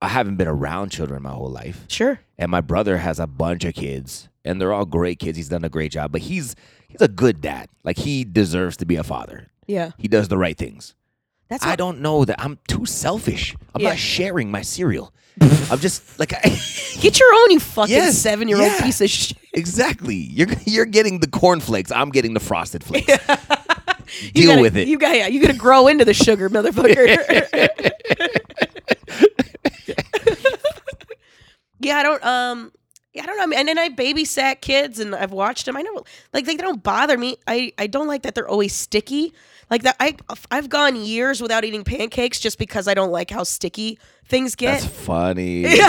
F: I haven't been around children my whole life.
E: Sure.
F: and my brother has a bunch of kids and they're all great kids he's done a great job but he's he's a good dad like he deserves to be a father
E: Yeah.
F: he does the right things
E: That's
F: i
E: what-
F: don't know that i'm too selfish i'm
E: Yeah.
F: not sharing my cereal i'm just like I, [laughs]
E: Get your own, you fucking
F: Yes,
E: seven-year-old
F: yeah.
E: piece of shit.
F: exactly you're you're getting the cornflakes i'm getting the frosted flakes
E: [laughs] You
F: deal
E: gotta-
F: with it
E: You got yeah, you gotta grow into the sugar, motherfucker. [laughs] yeah, I don't um yeah, I don't know. I mean, and then I babysat kids and I've watched them. I know like they don't bother me. I, I don't like that they're always sticky. Like that I I've gone years without eating pancakes just because I don't like how sticky things
F: that's
E: get.
F: funny
E: [laughs]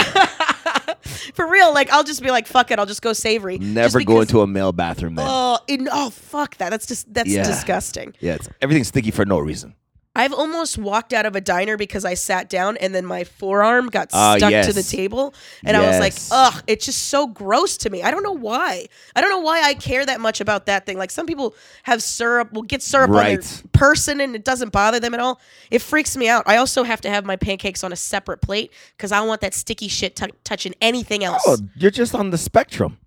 E: For real, like I'll just be like, fuck it, I'll just go savory.
F: never
E: Just
F: go
E: because-
F: into a male bathroom then
E: Oh, it, oh fuck that. That's just that's
F: Yeah.
E: disgusting.
F: yeah it's, everything's sticky for no reason
E: I've almost walked out of a diner because I sat down and then my forearm got
F: Ah,
E: stuck to
F: yes.
E: the table. And I was like,
F: Yes.
E: ugh, it's just so gross to me. I don't know why. I don't know why I care that much about that thing. Like some people have syrup, will get syrup on
F: Right.
E: their person and it doesn't bother them at all. It freaks me out. I also have to have my pancakes on a separate plate because I don't want that sticky shit tou- touching anything else.
F: oh you're just on the spectrum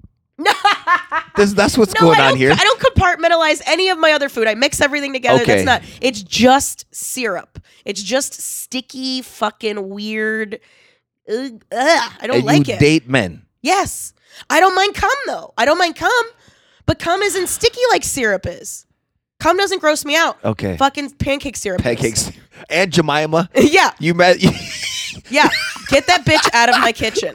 E: [laughs]
F: this, that's what's going
E: I
F: on
E: don't,
F: here
E: [laughs] I don't compartmentalize any of my other food. I mix everything together.
F: Okay.
E: That's not. It's just syrup. It's just sticky, fucking weird. Ugh, ugh, I don't
F: and
E: like
F: you
E: it.
F: date men
E: yes, I don't mind cum though. I don't mind cum, but cum isn't sticky like syrup is. Cum doesn't gross me out.
F: Okay.
E: Fucking pancake syrup. is. [laughs]
F: pancakes [laughs] and Jemima.
E: yeah,
F: You met. [laughs]
E: yeah. Get that bitch out of my kitchen.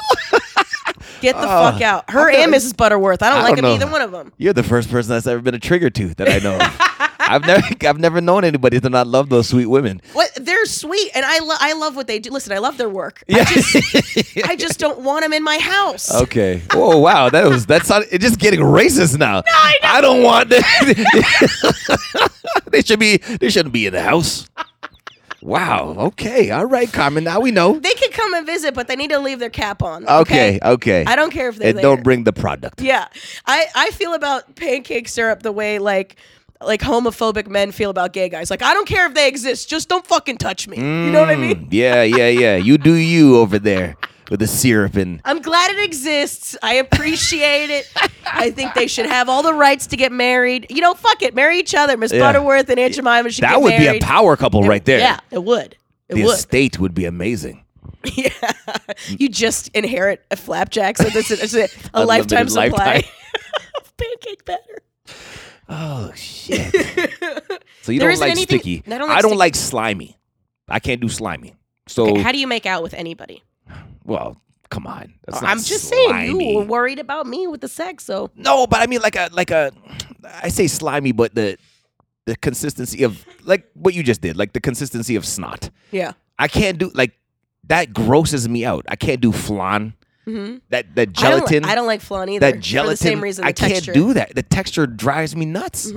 E: Get the fuck out. Her and Mrs. Butterworth. I don't
F: Oh, I
E: like
F: don't
E: them,
F: know.
E: either one of them. [laughs]
F: You're the first person that's ever been a trigger to that I know. of. I've never I've never known anybody to not love those sweet women.
E: What they're sweet, and I lo- I love what they do. Listen, I love their
F: [laughs]
E: work.
F: Yeah.
E: I just don't want them in my house.
F: okay. Oh wow, that was that's not, it's just getting racist now. No, I, don't want that. [laughs] they should be they shouldn't be in the house. Wow. Okay. All right, Carmen. Now we know.
E: They can come and visit, but they need to leave their cap on.
F: Okay. Okay.
E: I don't care if they're
F: And don't
E: there.
F: bring the product.
E: Yeah, I I feel about pancake syrup the way like like homophobic men feel about gay guys. Like I don't care if they exist, just don't fucking touch me. You know what I mean?
F: Mm, Yeah, yeah, yeah. You do you over there with the syrup and
E: I'm glad it exists. I appreciate it. I think they should have all the rights to get married. You know, fuck it, marry each other. Miss
F: Yeah.
E: Butterworth and Aunt Jemima should
F: that
E: get
F: would
E: married.
F: be a power couple right there.
E: Yeah, it would. It
F: The
E: would.
F: estate would be amazing.
E: [laughs] Yeah, you just inherit a flapjack, so this is a,
F: [laughs]
E: a
F: Unlimited
E: lifetime supply [laughs]
F: lifetime. [laughs]
E: of pancake batter.
F: Oh shit. [laughs] so you
E: There
F: don't
E: isn't
F: like
E: anything-
F: sticky.
E: I don't like sticky.
F: slimy. I can't do slimy. So
E: Okay, how do you make out with anybody?
F: well, come on. That's not
E: Uh, I'm just saying,
F: slimy.
E: you were worried about me with the sex, so
F: No, but I mean like a like a I say slimy, but the the consistency of like what you just did, like the consistency of snot.
E: yeah.
F: I can't do like that grosses me out. I can't do flan. That that
E: Mm-hmm. I don't,
F: gelatin.
E: li- I don't like flan either.
F: that gelatin.
E: for the same reason. The
F: I
E: texture. Mm-hmm.
F: can't do that. The texture drives me nuts.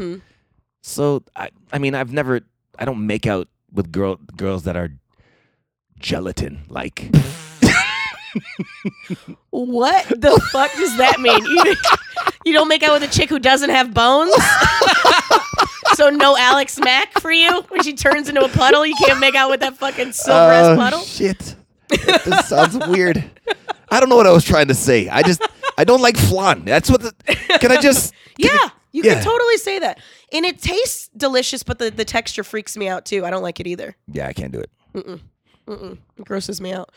F: So I I mean I've never I don't make out with girl girls that are gelatin
E: [laughs]
F: like
E: What the
F: [laughs]
E: fuck does that mean? You, [laughs]
A: You don't make out with a chick who doesn't have bones. so no Alex Mack for you when she turns into a puddle. You can't make out with that fucking silver
F: Uh,
A: ass puddle.
F: oh, shit. This sounds weird. I don't know what I was trying to say. I just I don't like flan. That's what the, Can
E: [laughs]
F: I just
E: yeah, you
F: Yeah.
E: can totally say that, and it tastes delicious, but the, the texture freaks me out too. I don't like it either.
F: Yeah, I can't do it.
E: It grosses me out.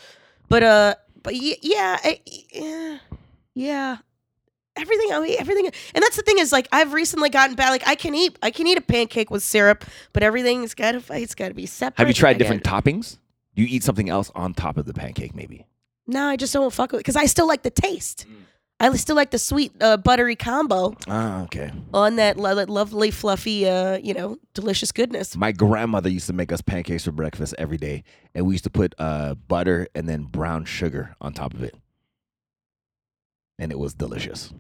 E: But uh, but y- yeah, I, yeah, yeah. Everything I eat, everything, and that's the thing is like I've recently gotten bad. Like I can eat, I can eat a pancake with syrup, but everything's gotta, it's gotta be separate.
F: Have you
E: I
F: tried
E: gotta-
F: different toppings? You eat something else on top of the pancake maybe.
E: No, I just don't fuck with it because I still like the taste.
F: Mm.
E: I still like the sweet, uh, buttery combo
F: Ah, okay.
E: on that lo- that lovely, fluffy, uh, you know, delicious goodness.
F: My grandmother used to make us pancakes for breakfast every day, and we used to put uh, butter and then brown sugar on top of it, and it was delicious.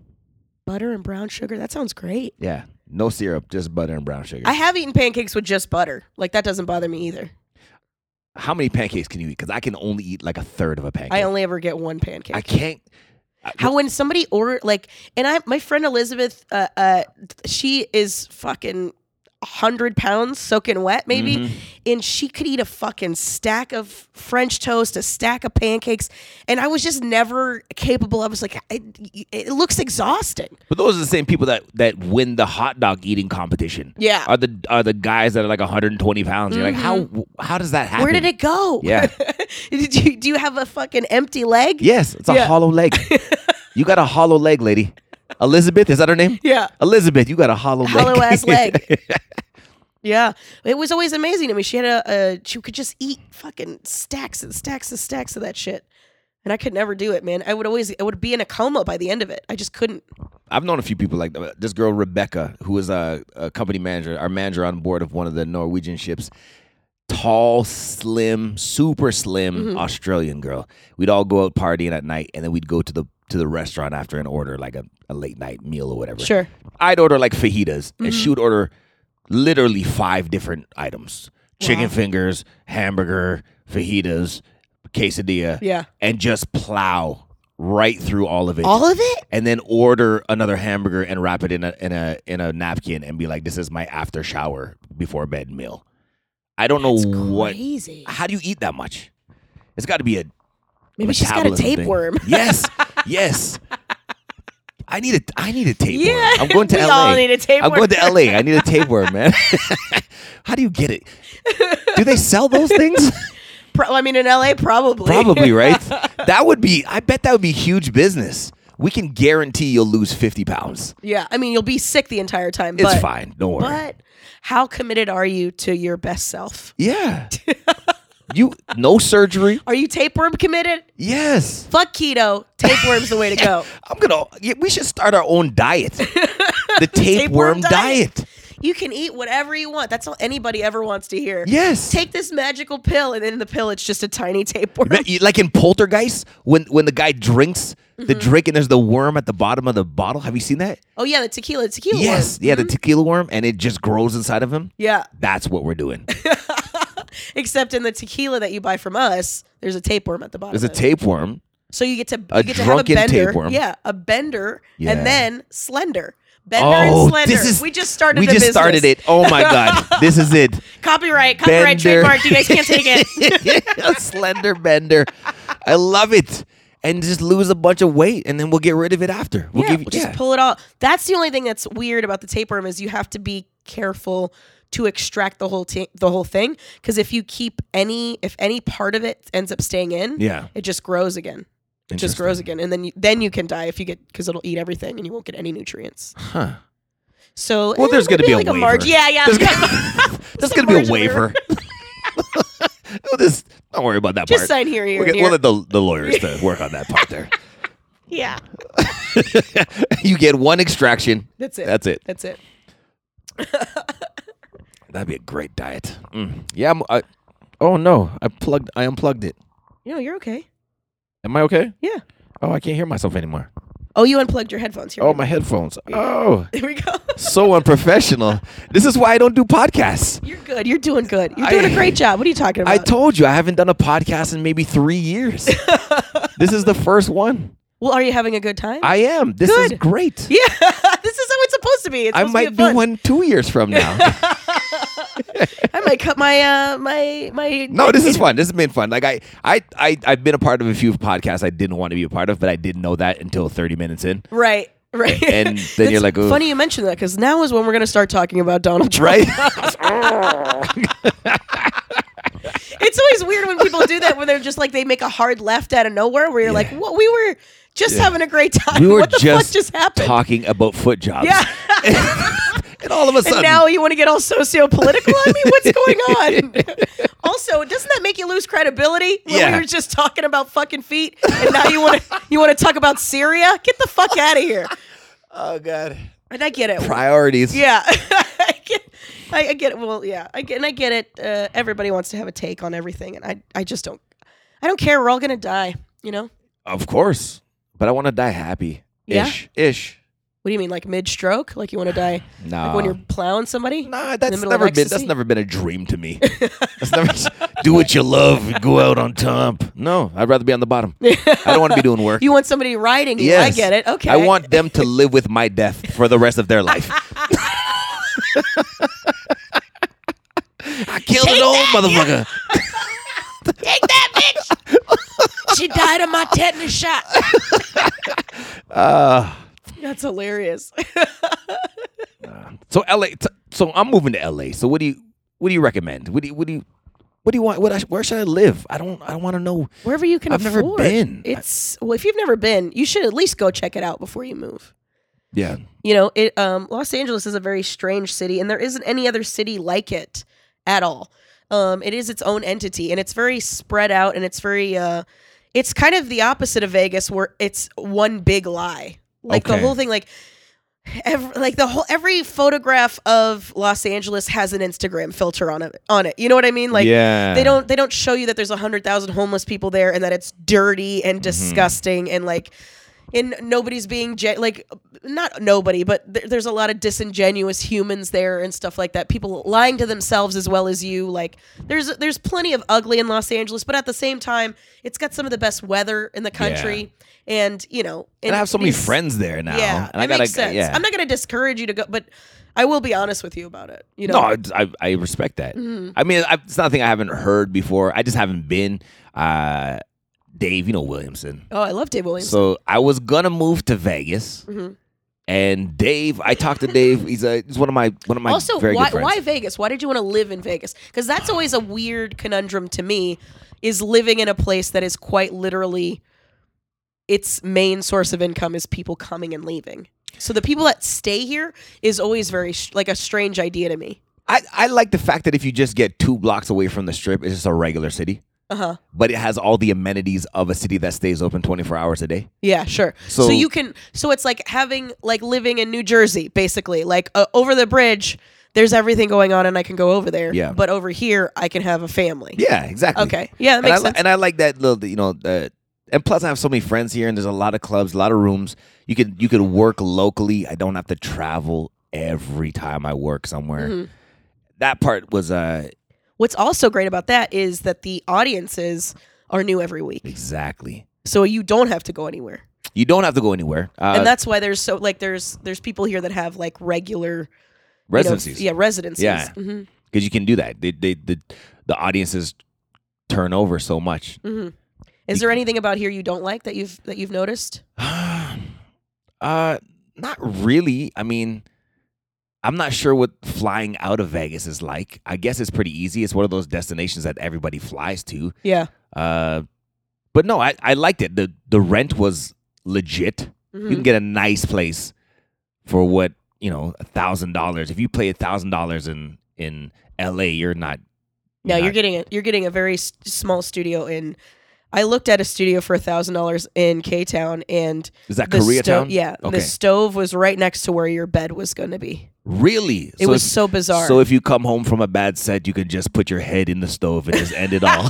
E: Butter and brown sugar. That sounds great.
F: Yeah, no syrup, just butter and brown sugar.
E: I have eaten pancakes with just butter. Like that doesn't bother me either.
F: How many pancakes can you eat? Because I can only eat like a third of a pancake.
E: I only ever get one pancake.
F: I can't. I-
E: How when somebody order like, and I my friend Elizabeth, uh, uh, she is fucking hundred pounds soaking wet maybe,
F: Mm-hmm.
E: and she could eat a fucking stack of French toast, a stack of pancakes, and I was just never capable. I was like, it, it looks exhausting.
F: But those are the same people that that win the hot dog eating competition.
E: Yeah. Mm-hmm.
F: are the are the guys that are like 120 pounds. You're like, how how does that happen?
E: Where did it go?
F: Yeah.
E: [laughs] Did you, do you have a fucking empty leg?
F: Yes, it's a
E: Yeah.
F: hollow
E: [laughs]
F: leg. you got a hollow leg, lady. Elizabeth, is that her name?
E: Yeah.
F: Elizabeth, you got a hollow leg.
E: hollow ass leg. Yeah, it was always amazing to me. She had a, a she could just eat fucking stacks and stacks and stacks of that shit, and I could never do it, man. I would always I would be in a coma by the end of it. I just couldn't.
F: [laughs] I've known a few people like that. This girl Rebecca, who is a, a company manager, our manager on board of one of the Norwegian ships. Tall, slim, super slim
E: Mm-hmm.
F: Australian girl. We'd all go out partying at night, and then we'd go to the to the restaurant after and order like a, a late night meal or whatever.
E: Sure.
F: I'd order like fajitas,
E: Mm-hmm.
F: and she would order literally five different items: chicken fingers, hamburger, fajitas, quesadilla,
E: Yeah.
F: and just plow right through all of it
E: All of it?
F: and then order another hamburger and wrap it in a in a in a napkin and be like, "This is my after shower before bed meal." I don't know what.
E: Crazy.
F: How do you eat that much? It's got to be a
E: Maybe she's got a
F: metabolism thing.
E: tapeworm. [laughs]
F: Yes, yes. I need a I need a tapeworm.
E: Yeah,
F: I'm going to
E: we
F: LA.
E: all need a
F: I'm
E: tapeworm.
F: going to LA. I need a tapeworm, man. [laughs] how do you get it? Do they sell those
E: [laughs]
F: things?
E: Pro- I mean, in LA, probably.
F: Probably, right? That would be. I bet that would be huge business. We can guarantee you'll lose fifty pounds.
E: yeah, I mean, you'll be sick the entire time.
F: It's
E: but,
F: fine. Don't worry.
E: But how committed are you to your best self? [laughs]
F: Yeah. you no surgery?
E: Are you tapeworm committed?
F: Yes.
E: Fuck keto. Tapeworm's the way to
F: [laughs]
E: go. [laughs]
F: I'm gonna. Yeah, we should start our own diet. The
E: Tapeworm
F: tapeworm, diet.
E: diet. You can eat whatever you want. That's all anybody ever wants to hear.
F: Yes.
E: Take this magical pill, and in the pill, it's just a tiny tapeworm.
F: Ma- you- Like in Poltergeist, when when the guy drinks
E: Mm-hmm.
F: the drink and there's the worm at the bottom of the bottle. Have you seen that?
E: Oh yeah, the tequila, tequila. one.
F: Yes. Yeah, the tequila worm, and it just grows inside of him.
E: Yeah.
F: That's what
E: [laughs]
F: we're doing.
E: Except in the tequila that you buy from us, there's a tapeworm at the bottom.
F: There's
E: of
F: a
E: it.
F: tapeworm.
E: So you get to
F: a
E: you get to have a
F: drunken
E: bender.
F: tapeworm.
E: Yeah, a bender,
F: Yeah.
E: and then slender. Bender
F: Oh,
E: and slender.
F: this is-
E: we just started.
F: We
E: a
F: just
E: business.
F: started it. Oh
E: [laughs]
F: my god, this is it. [laughs]
A: Copyright, copyright,
F: Bender.
A: trademark. You guys can't take
F: [laughs]
A: it.
F: a slender bender. I love it. And just lose a bunch of weight, and then we'll get rid of it after. We'll
E: yeah,
F: give you
E: we'll just pull it all. That's the only thing that's weird about the tapeworm is you have to be careful to extract the whole ta- the whole thing because if you keep any if any part of it ends up staying in,
F: Yeah.
E: it just grows again. It just
F: Interesting.
E: grows again, and then you, then you can die if you get because it'll eat everything and you won't get any nutrients.
F: Huh.
E: So
F: Well,
E: eh,
F: there's gonna
E: maybe
F: be a
E: like
F: waiver.
E: margin.
A: Yeah, yeah.
E: [laughs]
F: There's gonna, there's gonna be a
E: margin
F: waiver.
E: waiver.
F: [laughs]
E: [laughs]
F: We'll just- don't worry about that
E: Just
F: part.
E: sign here, here,
F: we'll,
E: and
F: get-
E: here.
F: we'll let the, the lawyers to work on that
E: [laughs]
F: part there.
A: yeah.
F: [laughs] you get one extraction.
E: That's it.
F: That's it.
E: That's it.
F: That'd be a great diet. Mm. Yeah. I'm, I, oh no, I plugged. I unplugged it.
E: No, you're okay.
F: Am I okay?
E: Yeah.
F: Oh, I can't hear myself anymore.
E: Oh, you unplugged your headphones. Here
F: Oh,
E: we go.
F: my headphones. Oh,
E: [laughs] There we go.
F: so [laughs] unprofessional. This is why I don't do podcasts.
E: You're good. You're doing good. You're
F: I-
E: doing a great job. What are you talking about?
F: I told you I haven't done a podcast in maybe
E: [laughs]
F: three years. this is the first one.
E: well, are you having a good time?
F: I am. This is
E: Good.
F: great.
E: [laughs] yeah, this is how it's supposed to be. It's
F: I
E: supposed to
F: might
E: be a
F: do
E: fun.
F: one two years from
E: [laughs]
F: now.
E: I might cut my uh my my.
F: no, this is fun. This has been fun. Like I, I, I, I've been a part of a few podcasts I didn't want to be a part of, but I didn't know that until 30 minutes in.
E: Right, right.
F: And then
E: [laughs] That's
F: you're like, "Ooh."
E: funny you mentioned that because now is when we're gonna start talking about Donald Trump.
F: Right?
E: [laughs] It's always weird when people do that when they're just like they make a hard left out of nowhere where you're like, what? We were just having a great
F: [laughs]
E: time.
F: we were
E: what the
F: just,
E: fuck just happened?
F: talking about foot jobs.
E: Yeah.
F: [laughs] and all of a sudden,
E: And now you want to get all socio-political on me? What's
F: [laughs]
E: going on? [laughs] also, doesn't that make you lose credibility when
F: Yeah.
E: we were just talking about fucking feet, and now you want to you want to talk about Syria? Get the fuck out of here!
F: oh god,
E: And I get it.
F: priorities.
E: Yeah, [laughs] I get, I, I get it. Well, yeah, I get, and I get it. Uh, everybody wants to have a take on everything, and I, I just don't, I don't care. We're all gonna die, you know.
F: Of course, but I want to die happy.
E: Yeah?
F: Ish. Ish.
E: What do you mean, like mid-stroke? Like you want to die
F: No.
E: like when you're plowing somebody?
F: Uh. Nah,
E: in the
F: that's
E: middle of
F: never been that's
E: ecstasy?
F: never been a dream to me. that's never do what you love and go out on top. No, I'd rather be on the bottom. I don't want to be doing
E: [laughs] [laughs]
F: work.
E: You want somebody riding you?
F: yes.
E: I get it. Okay.
F: I want them to live with my death for the rest of their
E: [laughs]
F: life. [laughs] I killed an old
E: [laughs]
F: motherfucker.
A: Take that, bitch. she died of my tetanus shot.
F: Uh,
E: That's hilarious.
F: So LA t- so I'm moving to LA. So what do you what do you recommend? What do you what do you what do you want? What I, where should I live? I don't. I want to know.
E: Wherever you can
F: I've never
E: afford.
F: been.
E: It's well, if you've never been, you should at least go check it out before you move.
F: Yeah.
E: You know, it um, Los Angeles is a very strange city, and there isn't any other city like it at all. Um, it is its own entity, and it's very spread out, and it's very uh, it's kind of the opposite of Vegas, where it's one big lie. Like
F: Okay.
E: the whole thing, like. Every, like the whole every photograph of Los Angeles has an Instagram filter on it on it. You know what I mean? Like
F: yeah.
E: they don't they don't show you that there's 100,000 homeless people there and that it's dirty
F: Mm-hmm.
E: and disgusting and like and nobody's being gen- like not nobody but th- there's a lot of disingenuous humans there and stuff like that people lying to themselves as well as you like there's there's plenty of ugly in Los Angeles but at the same time it's got some of the best weather in the country and you know
F: And I have so many
E: these-
F: friends there now.
E: yeah
F: and I
E: it
F: gotta,
E: makes sense
F: Yeah.
E: I'm not going to discourage you to go but I will be honest with you about it you know
F: No, I, I, I respect that.
E: Mm-hmm.
F: I mean, I, it's nothing I haven't heard before. I just haven't been. Uh, Dave, you know Williamson.
E: oh I love Dave Williams
F: So I was gonna move to Vegas,
E: Mm-hmm.
F: and Dave. I talked to Dave. He's a he's one of my one of my
E: also
F: very
E: why,
F: good friends.
E: why vegas why did you want to live in vegas because that's always a weird conundrum to me is living in a place that is quite literally its main source of income is people coming and leaving so the people that stay here is always very sh- like a strange idea to me
F: I I like the fact that if you just get two blocks away from the strip, it's just a regular city.
E: uh-huh
F: But it has all the amenities of a city that stays open 24 hours a day.
E: yeah sure so,
F: So-
E: you can so it's like having like living in new jersey basically like uh, over the bridge there's everything going on and I can go over there.
F: Yeah.
E: But over here, I can have a family.
F: Yeah, exactly.
E: Okay. Yeah, that
F: and I,
E: makes
F: li-
E: sense.
F: and I like that little, you know, uh, and plus I have so many friends here, and there's a lot of clubs, a lot of rooms. You could you could work locally. I don't have to travel every time I work somewhere.
E: Mm-hmm.
F: That part was uh
E: What's also great about that is that the audiences are new every week.
F: exactly.
E: So you don't have to go anywhere.
F: You don't have to go anywhere. Uh,
E: and that's why there's so like there's there's people here that have like regular you know,
F: residencies,
E: yeah, residencies.
F: Yeah.
E: Mhm.
F: because you can do that. They, they the the audiences turn over so much.
E: mm-hmm. Is there anything about here you don't like that you've that you've noticed?
F: [sighs] Uh, not really. I mean, I'm not sure what flying out of Vegas is like. I guess it's pretty easy. It's one of those destinations that everybody flies to.
E: Yeah.
F: Uh, but no, I, I liked it. the The rent was legit. You
E: Mm-hmm. Hmm.
F: can get a nice place for what you know, a thousand dollars. If you pay a thousand dollars in in L.A., you're not.
E: No, you're
F: not-
E: getting a, you're getting a very s- small studio in. I looked at a studio for thousand dollars in K Town, and
F: Is that
E: the
F: Koreatown?
E: stove, yeah,
F: Okay.
E: the stove was right next to where your bed was going to be.
F: Really?
E: It was so bizarre.
F: So if you come home from a bad set, you can just put your head in the stove and just end it all.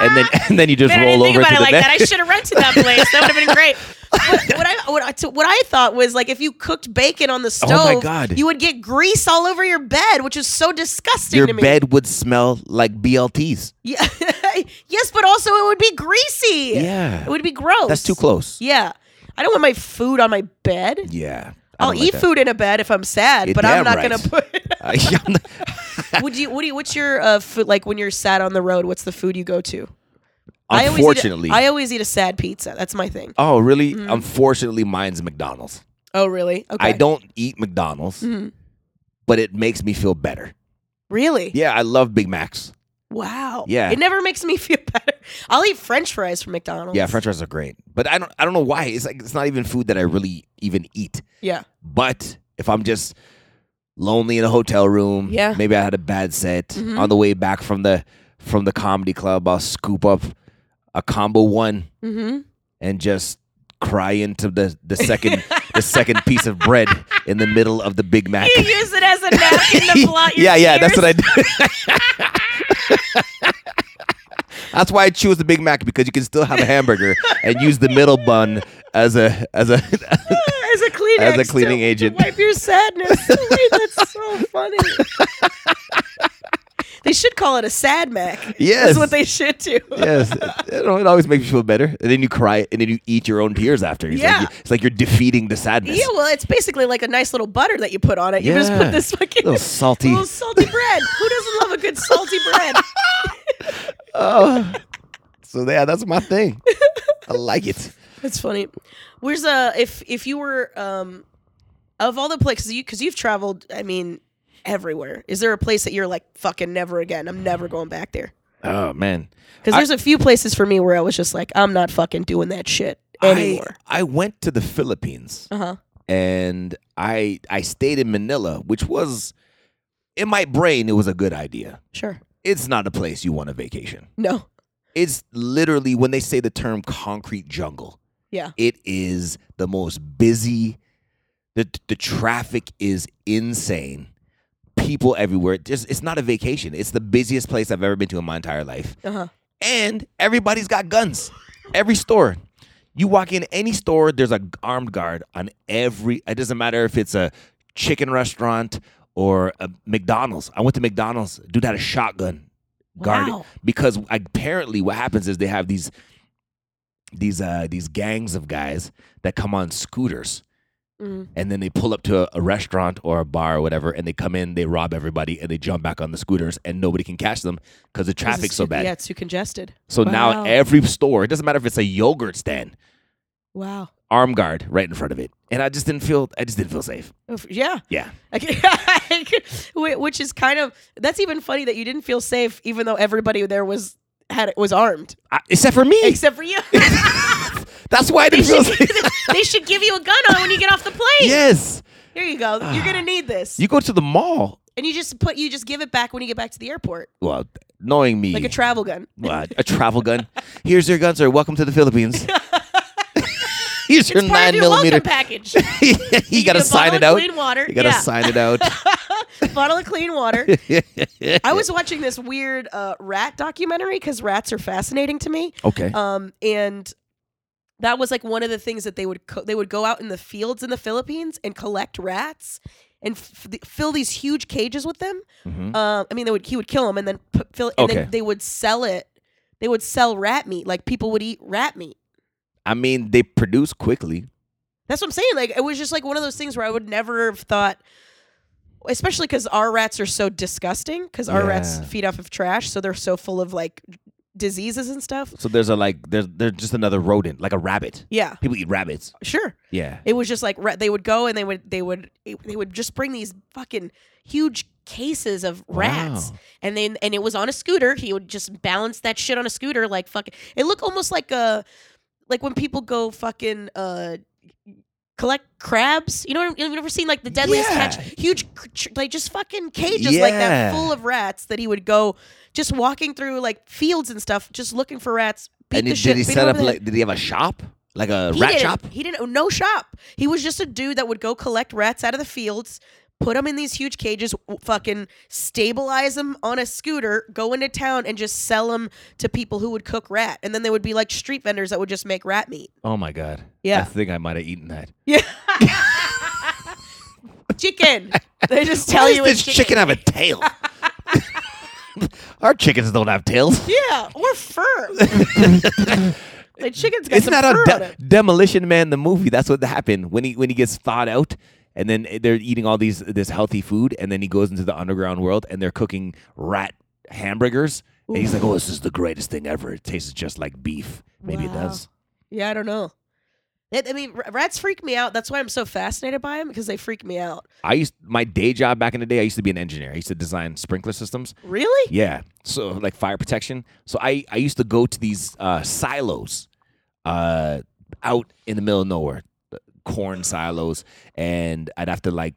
F: and then [laughs] and then you just
A: Man, I
F: roll
A: didn't think
F: over
A: about
F: to
A: it
F: the
A: like
F: bed.
A: that.
F: [laughs]
A: I should have rented that place. That would have been great.
E: But what I what I, so what I thought was like if you cooked bacon on the
F: Oh
E: stove,
F: my God.
E: you would get grease all over your bed, which is so disgusting
F: your
E: to me.
F: bed would smell like BLTs.
E: yeah. [laughs] yes, but also it would be greasy.
F: Yeah.
E: it would be gross.
F: That's too close.
E: Yeah, I don't want my food on my bed.
F: Yeah. I
E: I'll
F: don't like
E: Oh, eat
F: [laughs] that.
E: food in a bed if I'm sad,
F: You're
E: but I'm not
F: damn
E: gonna put.
F: Uh, yeah, I'm not-
E: would you? What do you? What's your uh, food like when you're sad on the road? What's the food you go to? [laughs] I always eat a-
F: Unfortunately.
E: I always eat a sad pizza. That's my thing.
F: oh, really? Unfortunately, mine's McDonald's.
E: Oh, really? Okay. Mm-hmm.
F: I don't eat McDonald's, but it makes me feel better.
E: really.
F: Yeah, I love Big Macs.
E: Wow.
F: Yeah.
E: It never makes me [laughs] feel better. I'll eat French fries from McDonald's.
F: Yeah, French fries are great, but I don't. I don't know why. It's like it's not even food that I really even eat.
E: Yeah.
F: But if I'm just lonely in a hotel room,
E: Yeah.
F: maybe I had a bad set
A: Mm-hmm.
F: on the way back from the from the comedy club, I'll scoop up a combo one [laughs]
E: Mhm.
F: and just cry into the the
A: [laughs]
F: second the second piece of bread in the middle of the Big Mac.
A: You use it as a napkin to blot your
F: [laughs] yeah, yeah, that's
A: tears.
F: what I do. [laughs] that's why I choose the Big Mac because you can still have a hamburger and use the middle bun as a as a [laughs]
E: [laughs] As a cleaning
F: As a cleaning agent.
E: wipe your
F: [laughs]
E: sadness. away. That's so funny. they should call it a sad mac.
F: Yes.
E: That's what they should do.
F: yes, it, you know, it always makes you feel better. And then you cry, and then you eat your own tears after. It's
E: Yeah.
F: like, it's like you're defeating the sadness.
E: Yeah, well, it's basically like a nice little butter that you put on it. You just
F: Yeah.
E: put this fucking
F: Little salty.
E: little salty bread. Who doesn't love a good salty bread?
F: [laughs] So yeah, that's my thing. I like it.
E: That's funny. Where's uh if if you were um of all the places you because you've traveled, I mean, everywhere. Is there a place that you're like fucking never again? I'm never going back there.
F: Oh man,
E: Because
F: I-
E: there's a few places for me where I was just like, I'm not fucking doing that shit
F: I,
E: anymore.
F: I went to the Philippines
E: Uh huh.
F: and I I stayed in Manila, which was in my brain it was a good idea.
E: Sure.
F: It's not a place you want a vacation.
E: No.
F: It's literally when they say the term concrete jungle.
E: Yeah.
F: It is the most busy. The the traffic is insane. People everywhere. Just it's not a vacation. It's the busiest place I've ever been to in my entire life.
E: Uh huh.
F: And everybody's got guns. Every store. You walk in any store, there's an armed guard on every it doesn't matter if it's a chicken restaurant or a McDonald's. I went to McDonald's, dude had a shotgun guard
E: Wow.
F: because apparently what happens is they have these these uh these gangs of guys that come on scooters and then they pull up to a, a restaurant or a bar or whatever and they come in they rob everybody and they jump back on the scooters and nobody can catch them because the traffic's so bad
E: Yeah, it's too congested.
F: so now
E: Wow.
F: every store it doesn't matter if it's a yogurt stand
E: Wow.
F: arm guard right in front of it and i just didn't feel i just didn't feel safe
E: Oh, f- Yeah. [laughs]
F: yeah
E: Like, whi- which is kind of that's even funny that you didn't feel safe even though everybody there was had was armed
F: I, except for me
E: except for you. [laughs]
A: [laughs]
F: that's why i didn't feel safe
A: They should give you a gun on when you get off the plane.
F: yes
E: Here you go. You're gonna need this.
F: you go to the mall
E: and you just put you just give it back when you get back to the airport,
F: well knowing me
E: like a travel gun.
F: Well, a travel gun. Here's your gun, sir. Welcome to
A: [laughs]
F: the Philippines. [laughs] Here's your
A: Part
F: nine [laughs]
A: of your welcome [laughs]
F: millimeter.
A: package.
F: you
A: get
F: gotta
A: a
F: sign
A: bottle
F: it
A: of
F: out.
A: Clean water. [laughs]
F: You gotta
A: yeah.
F: sign it out.
E: bottle of clean water. I was watching this weird uh, rat documentary because rats are fascinating to me.
F: Okay.
E: [laughs] Um, and that was like one of the things that they would co- they would go out in the fields in the Philippines and collect rats and f- th- fill these huge cages with them. Uh, I mean, they would he would kill them and then p- fill and
F: Mm-hmm. Okay.
E: then they would sell it. They would sell rat meat. Like people would eat rat meat.
F: I mean, they produce quickly.
E: That's what I'm saying. Like it was just like one of those things where I would never have thought, especially because our rats are so disgusting. Because our rats
F: Yeah.
E: feed off of trash, so they're so full of like diseases and stuff.
F: So there's a like there's there's just another rodent, like a rabbit.
E: Yeah,
F: People eat rabbits.
E: sure.
F: Yeah.
E: It was just like ra- they would go and they would they would they would just bring these fucking huge cases of rats
F: Wow.
E: and then and it was on a scooter he would just balance that shit on a scooter like fucking it looked almost like a like when people go fucking uh collect crabs you know what I'm- you've never seen like the deadliest
F: Yeah.
E: catch huge cr- tr- like just fucking cages like
F: Yeah.
E: that full of rats that he would go just walking through like fields and stuff just looking for rats beat
F: and
E: the
F: it,
E: shit,
F: did he
E: beat 'em
F: set
E: over
F: up
E: the head.
F: like did he have a shop? Like a
E: He
F: rat
E: didn't,
F: shop?
E: He didn't. oh, No shop. He was just a dude that would go collect rats out of the fields, put them in these huge cages, w- fucking stabilize them on a scooter, go into town and just sell them to people who would cook rat, and then they would be like street vendors that would just make rat meat.
F: Oh my god.
E: Yeah.
F: I think I might have eaten that.
E: Yeah. [laughs] chicken. They just tell
F: Why
E: you
F: does
E: it's
F: this chicken.
E: chicken.
F: have a tail? [laughs] Our chickens don't
E: [laughs]
F: have tails.
E: Yeah, or
F: [laughs]
E: fur. the chicken's got
F: it's
E: some
F: not
E: fur
F: a
E: on
F: de-
E: it.
F: demolition man the movie. That's what happened when he when he gets thawed out and then they're eating all these this healthy food and then he goes into the underground world and they're cooking rat hamburgers and he's like, "Oh, this is the greatest thing ever. It tastes just like beef." Maybe it
E: Wow.
F: does.
E: Yeah, I don't know. It- I mean, r- rats freak me out. That's why I'm so fascinated by them because they freak me out.
F: I used my day job back in the day. I used to be an engineer. I used to design sprinkler systems.
E: Really?
F: Yeah. So like fire protection. So I I used to go to these uh, silos, uh, out in the middle of nowhere, corn silos, and I'd have to like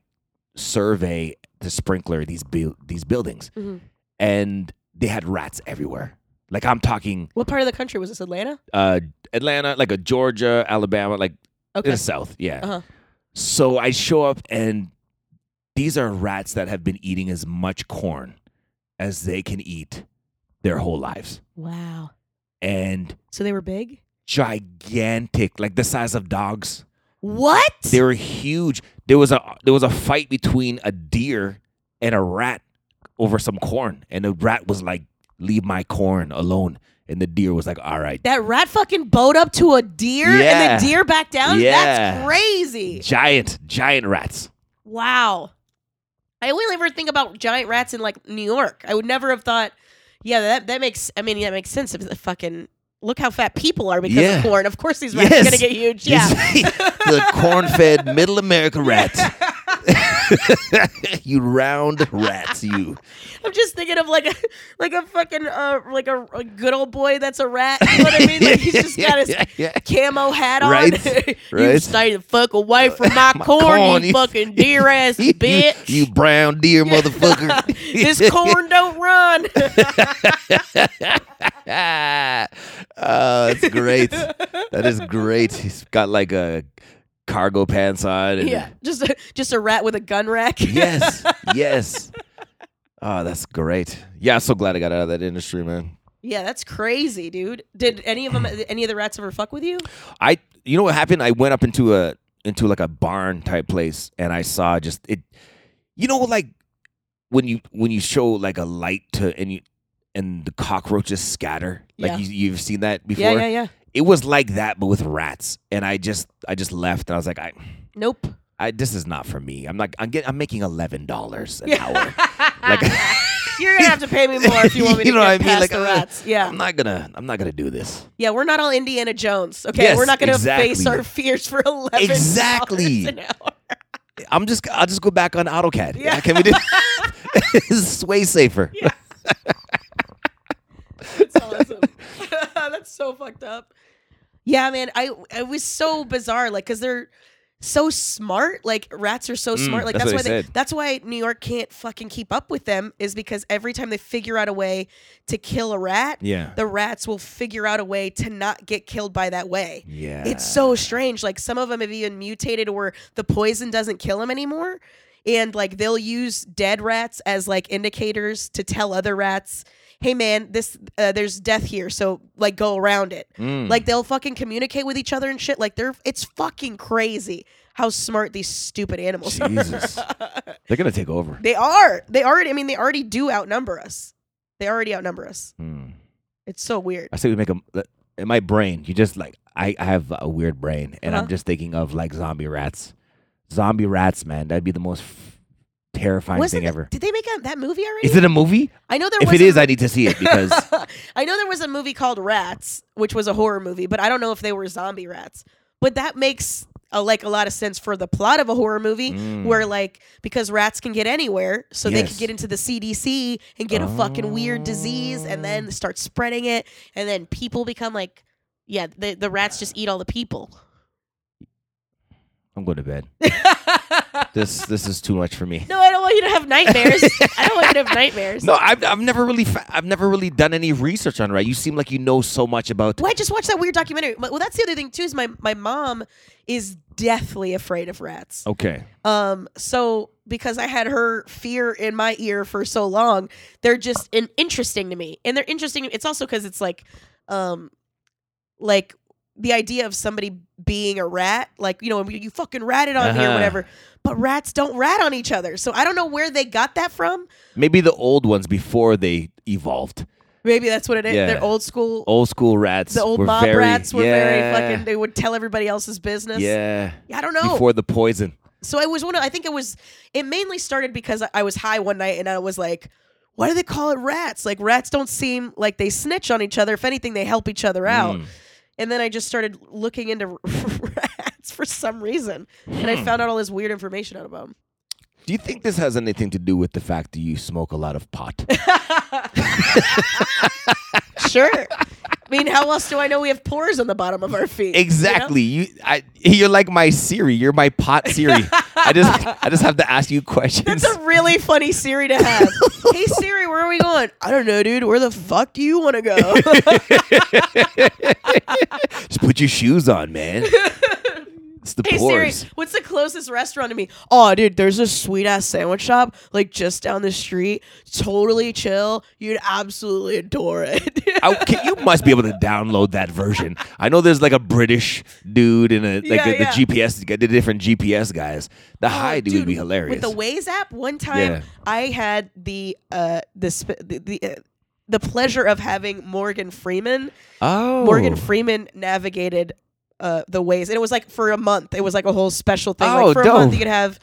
F: survey the sprinkler these buil- these buildings, and they had rats everywhere. Like I'm talking
E: What part of the country was this? Atlanta?
F: uh, Atlanta, like a Georgia, Alabama, like in
E: Okay.
F: the South. Yeah.
E: Uh-huh.
F: So I show up, and these are rats that have been eating as much corn as they can eat their whole lives,
E: Wow.
F: and
E: So they were big?
F: gigantic, like the size of dogs.
E: What?
F: They were huge. There was a there was a fight between a deer and a rat over some corn, and the rat was like, "Leave my corn alone," and the deer was like, "All right."
E: that rat fucking bowed up to a deer
F: Yeah.
E: and the deer backed down?
F: Yeah.
E: That's crazy.
F: Giant, giant rats.
E: Wow. I only ever think about giant rats in like New York. I would never have thought, yeah, that, that makes, I mean, that makes sense. If the fucking, look how fat people are because
F: Yeah.
E: of corn. Of course these rats are
F: Yes.
E: going to get huge. Yeah.
F: [laughs] the corn fed middle America
E: [laughs]
F: rat. [laughs] you round rats, you.
E: I'm just thinking of like a like a fucking uh, like a, a good old boy that's a
F: [laughs]
E: rat. You know what I mean? Like he's just got his [laughs] camo hat on. [laughs]
F: Right,
E: you
F: right.
E: stay the fuck away from
F: [laughs]
E: my, corn,
F: corn,
E: you,
F: you- [laughs]
E: fucking deer ass
F: You-
E: bitch.
F: You, brown deer motherfucker.
E: [laughs] this corn don't
F: [laughs]
E: run. [laughs]
F: ah, oh, it's great. That is great. He's got like a cargo pants on. And
E: yeah, just a, just a rat with a gun rack. [laughs]
F: Yes. Yes. Oh, that's great. Yeah, I'm so glad I got out of that industry, man.
E: yeah, that's crazy, dude. Did any
F: [sighs]
E: of them, any of the rats ever fuck with you?
F: I you know what happened? I went up into a into like a barn type place and I saw just it you know like when you when you show like a light to and you and the cockroaches scatter. Like
E: Yeah.
F: you you've seen that before.
E: Yeah, yeah, yeah.
F: It was like that but with rats. And I just I just left and I was like I
E: Nope.
F: I this is not for me. I'm like I'm getting I'm making eleven dollars an
E: [laughs] Yeah.
F: hour. [laughs] Like
E: You're gonna have to pay me more if you
F: [laughs]
E: want me to
F: You know
E: get
F: what I mean?
E: past
F: Like,
E: the
F: uh,
E: rats. Yeah.
F: I'm not gonna I'm not gonna do this.
E: Yeah, we're not all Indiana Jones. Okay,
F: Yes,
E: we're not going to
F: exactly.
E: face our fears for eleven [laughs]
F: Exactly.
E: dollars an hour.
F: I'm just I'll just go back on AutoCAD.
E: Yeah.
F: Can
E: [laughs]
F: we do [laughs] it's way safer.
E: That's
F: [laughs]
E: awesome. [laughs] That's so fucked up. Yeah, man, I it was so bizarre, like because they're so smart. Like rats are so
F: Mm,
E: smart. Like
F: that's
E: that's,
F: what
E: why
F: they
E: they,
F: said.
E: that's why New York can't fucking keep up with them is because every time they figure out a way to kill a rat,
F: Yeah.
E: the rats will figure out a way to not get killed by that way.
F: Yeah.
E: It's so strange. Like some of them have even mutated where the poison doesn't kill them anymore. and like they'll use dead rats as like indicators to tell other rats hey man this uh, there's death here so like go around it
F: Hmm.
E: like they'll fucking communicate with each other and shit like they're it's fucking crazy how smart these stupid animals are [laughs]
F: Jesus. They're going to take over.
E: they are they already i mean they already do outnumber us they already outnumber us
F: Hmm.
E: it's so weird
F: I say we make a. In my brain, you just like I, I have a weird brain, and I'm
E: Uh-huh.
F: just thinking of like zombie rats, zombie rats, man. That'd be the most f- terrifying
E: Wasn't
F: thing
E: th-
F: ever.
E: did they make a, that movie already
F: Is it a movie?
E: i know there
F: If
E: was
F: it
E: a
F: is, I need to see it
E: [laughs]
F: because
E: I know there was a movie called Rats, which was a horror movie, but I don't know if they were zombie rats. But that makes a, like a lot of sense for the plot of a horror movie,
A: Mm.
F: Mm,
E: where like because rats can get anywhere, so they
F: Yes.
E: could get into the CDC and get a fucking weird disease, and
A: Oh.
E: then start spreading it, and then people become like,
A: Yeah, the, the rats just eat all the people.
F: I'm going
E: [laughs]
F: to bed. this this is too much for me.
A: No, I don't want you to have
E: [laughs]
A: nightmares. I don't want you to have nightmares.
F: No, I've, I've never really fa- I've never really done any research on rat. You seem like you know so much about.
E: well, I just watched that weird documentary. Well, that's the other thing too is my my mom is deathly afraid of rats.
F: Okay.
E: Um, so because I had her fear in my ear for so long, they're just
A: And interesting to me.
E: and they're interesting. It's also because it's like, um, like the idea of somebody being a rat, like you know, when you fucking ratted on me or
F: Uh-huh.
E: whatever. But rats don't rat on each other, so I don't know where they got that from.
F: Maybe the old ones before they evolved.
E: Maybe that's what it is.
F: Yeah.
E: They're old school.
F: Old school rats.
E: the old
F: were
E: mob
F: very-
E: rats were
F: yeah,
E: very fucking. They would tell everybody else's business.
F: Yeah.
E: I don't know.
F: Before the poison.
E: So I was one. Of, I think it was. It mainly started because I- I was high one night and I was like, "Why do they call it rats? Like rats don't seem like they snitch on each other. If anything, they help each other out." And then I just started looking into [laughs] rats for some reason, and I found out all this weird information out about them.
F: Do you think this has anything to do with the fact that you smoke a lot of
E: [laughs]
F: pot?
E: Sure. I mean, how else do I know we have pores on the bottom of our feet? you know?
F: exactly. You, I, you're like my Siri. You're my
E: [laughs]
F: pot Siri. I just, I just have to ask you questions.
E: That's a really funny Siri to have. hey Siri, where are we going? I don't know, dude. Where the fuck do you want to go?
F: just put your shoes
E: [laughs]
F: on, man. It's the
E: Hey Siri,
F: pores.
E: what's the closest restaurant to me? Oh, dude, there's a sweet ass sandwich shop like just down the street. Totally chill. You'd absolutely adore it. [laughs]
F: I, can, you must be able to download that version. I know there's like a British dude and a like
E: Yeah,
F: a, the
E: yeah. Oh,
F: GPS, the different GPS guys. The high dude, would be
E: With
F: hilarious.
E: the Waze app, one time
F: Yeah.
E: I had the uh the sp- the the, uh, the pleasure of having Morgan Freeman.
F: oh,
E: Morgan Freeman navigated uh the Waze, and it was like for a month. It was like a whole special thing.
F: Oh,
E: like for a month,
F: dope.
E: you could have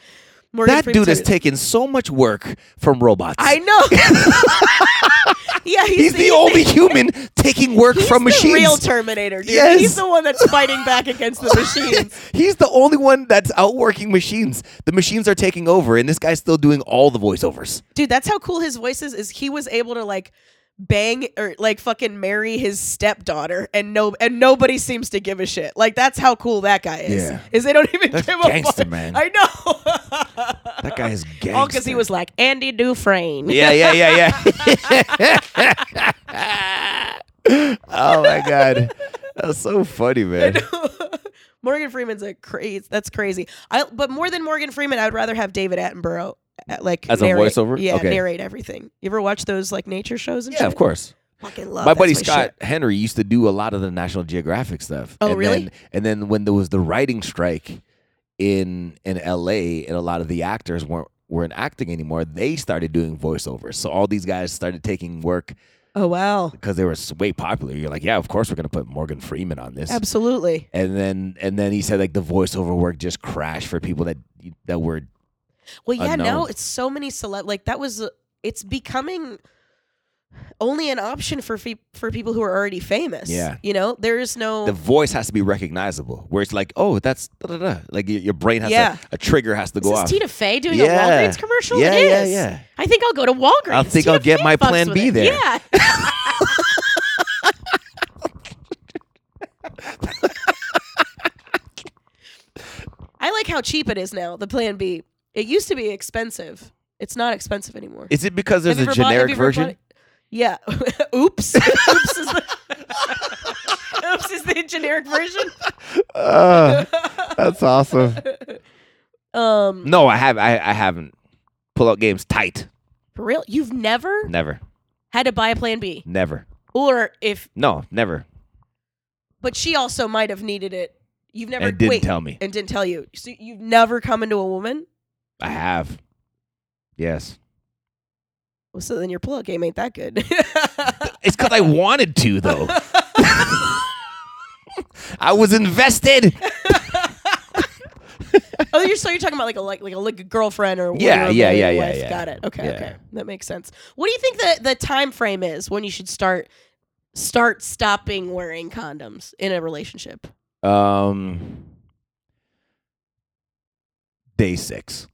E: Morgan
F: That
E: Freeman
F: dude has
E: take-
F: taken so much work from robots.
E: I know.
F: [laughs]
E: [laughs] yeah, he's,
F: He's the only human taking work
E: He's
F: from
E: the
F: machines. [laughs]
E: real Terminator, dude.
F: Yes.
E: He's the one
F: [laughs]
E: that's fighting back against the machines.
F: He's the only one that's outworking machines. The machines are taking over, and this guy's still doing all the voiceovers.
E: Dude, that's how cool his voice is. Is he was able to like bang or like fucking marry his stepdaughter, and no, and nobody seems to give a shit. Like that's how cool that guy is.
F: Yeah.
E: Is they don't even
F: That's
E: give a
F: gangster,
E: fuck.
F: man.
E: I know. [laughs]
F: That guy is gangster.
E: All because he was like Andy Dufresne.
F: Yeah, yeah, yeah, yeah. oh my god, that's so funny, man.
E: [laughs] Morgan Freeman's a crazy. That's crazy. I but more than Morgan Freeman, I would rather have David Attenborough uh, like
F: As a
E: narrate-
F: voiceover?
E: Yeah,
F: Okay.
E: narrate everything. You ever watch those like nature shows? And
F: Yeah, of
E: shit?
F: course.
E: Fucking love.
F: my
E: Oh, that's
F: buddy
E: shit.
F: Scott Henry used to do a lot of the National Geographic stuff.
E: Oh,
F: and
E: really?
F: Then, and then when there was the writing strike in in L.A. and a lot of the actors weren't weren't acting anymore, they started doing voiceovers. So all these guys started taking work
E: Oh wow,
F: because they were s- way popular. You're like, yeah, of course we're gonna put Morgan Freeman on this.
E: absolutely.
F: And then and then he said like the voiceover work just crashed for people that that were
E: Well, yeah, now
F: unknown.
E: it's so many celeb. Like that was. a- It's becoming only an option for fe- for people who are already famous.
F: Yeah.
E: you know, there is no.
F: the voice has to be recognizable. Where it's like, oh, that's da, da, da. like your, your brain has
E: Yeah.
F: to, a trigger has to go
A: Is
F: off.
A: this Tina Fey doing
F: Yeah.
A: a Walgreens commercial?
F: Yeah,
A: it
F: yeah,
A: is.
F: yeah.
A: I think I'll go to Walgreens.
F: I think
A: Tina
F: I'll get
A: Fey
F: my
A: fucks
F: Plan
A: with
F: B
A: it.
F: there. [laughs]
A: Yeah.
E: I like how cheap it is now. The Plan B. It used to be expensive. It's not expensive anymore.
F: Is it because there's
E: Have
F: a
E: you ever bought- have you
F: generic
E: ever
F: version?
E: bought- yeah. [laughs]
F: [laughs]
E: Oops. Oops is the. [laughs] Oops is the generic version. [laughs]
F: Oh, that's awesome.
E: Um,
F: No, I have. I, I haven't. Pull out games tight.
E: for real, you've never
F: Never.
E: had to buy a Plan B,
F: Never.
E: or if,
F: No, never.
E: but she also might have needed it. You've never
F: And didn't
E: wait,
F: tell me.
E: and didn't tell you. So you've never come into a woman.
F: I have. Yes.
E: Well, so then your pull-out game ain't that good. [laughs]
F: It's because I wanted to, though. [laughs] I was invested.
E: oh, you're so you're talking about like a like like a, like a girlfriend or
F: Yeah,
E: or a
F: yeah, yeah,
E: wife.
F: yeah, yeah.
E: Got it. Okay,
F: Yeah.
E: okay, that makes sense. What do you think the the time frame is when you should start start stopping wearing condoms in a relationship?
F: Um, day six.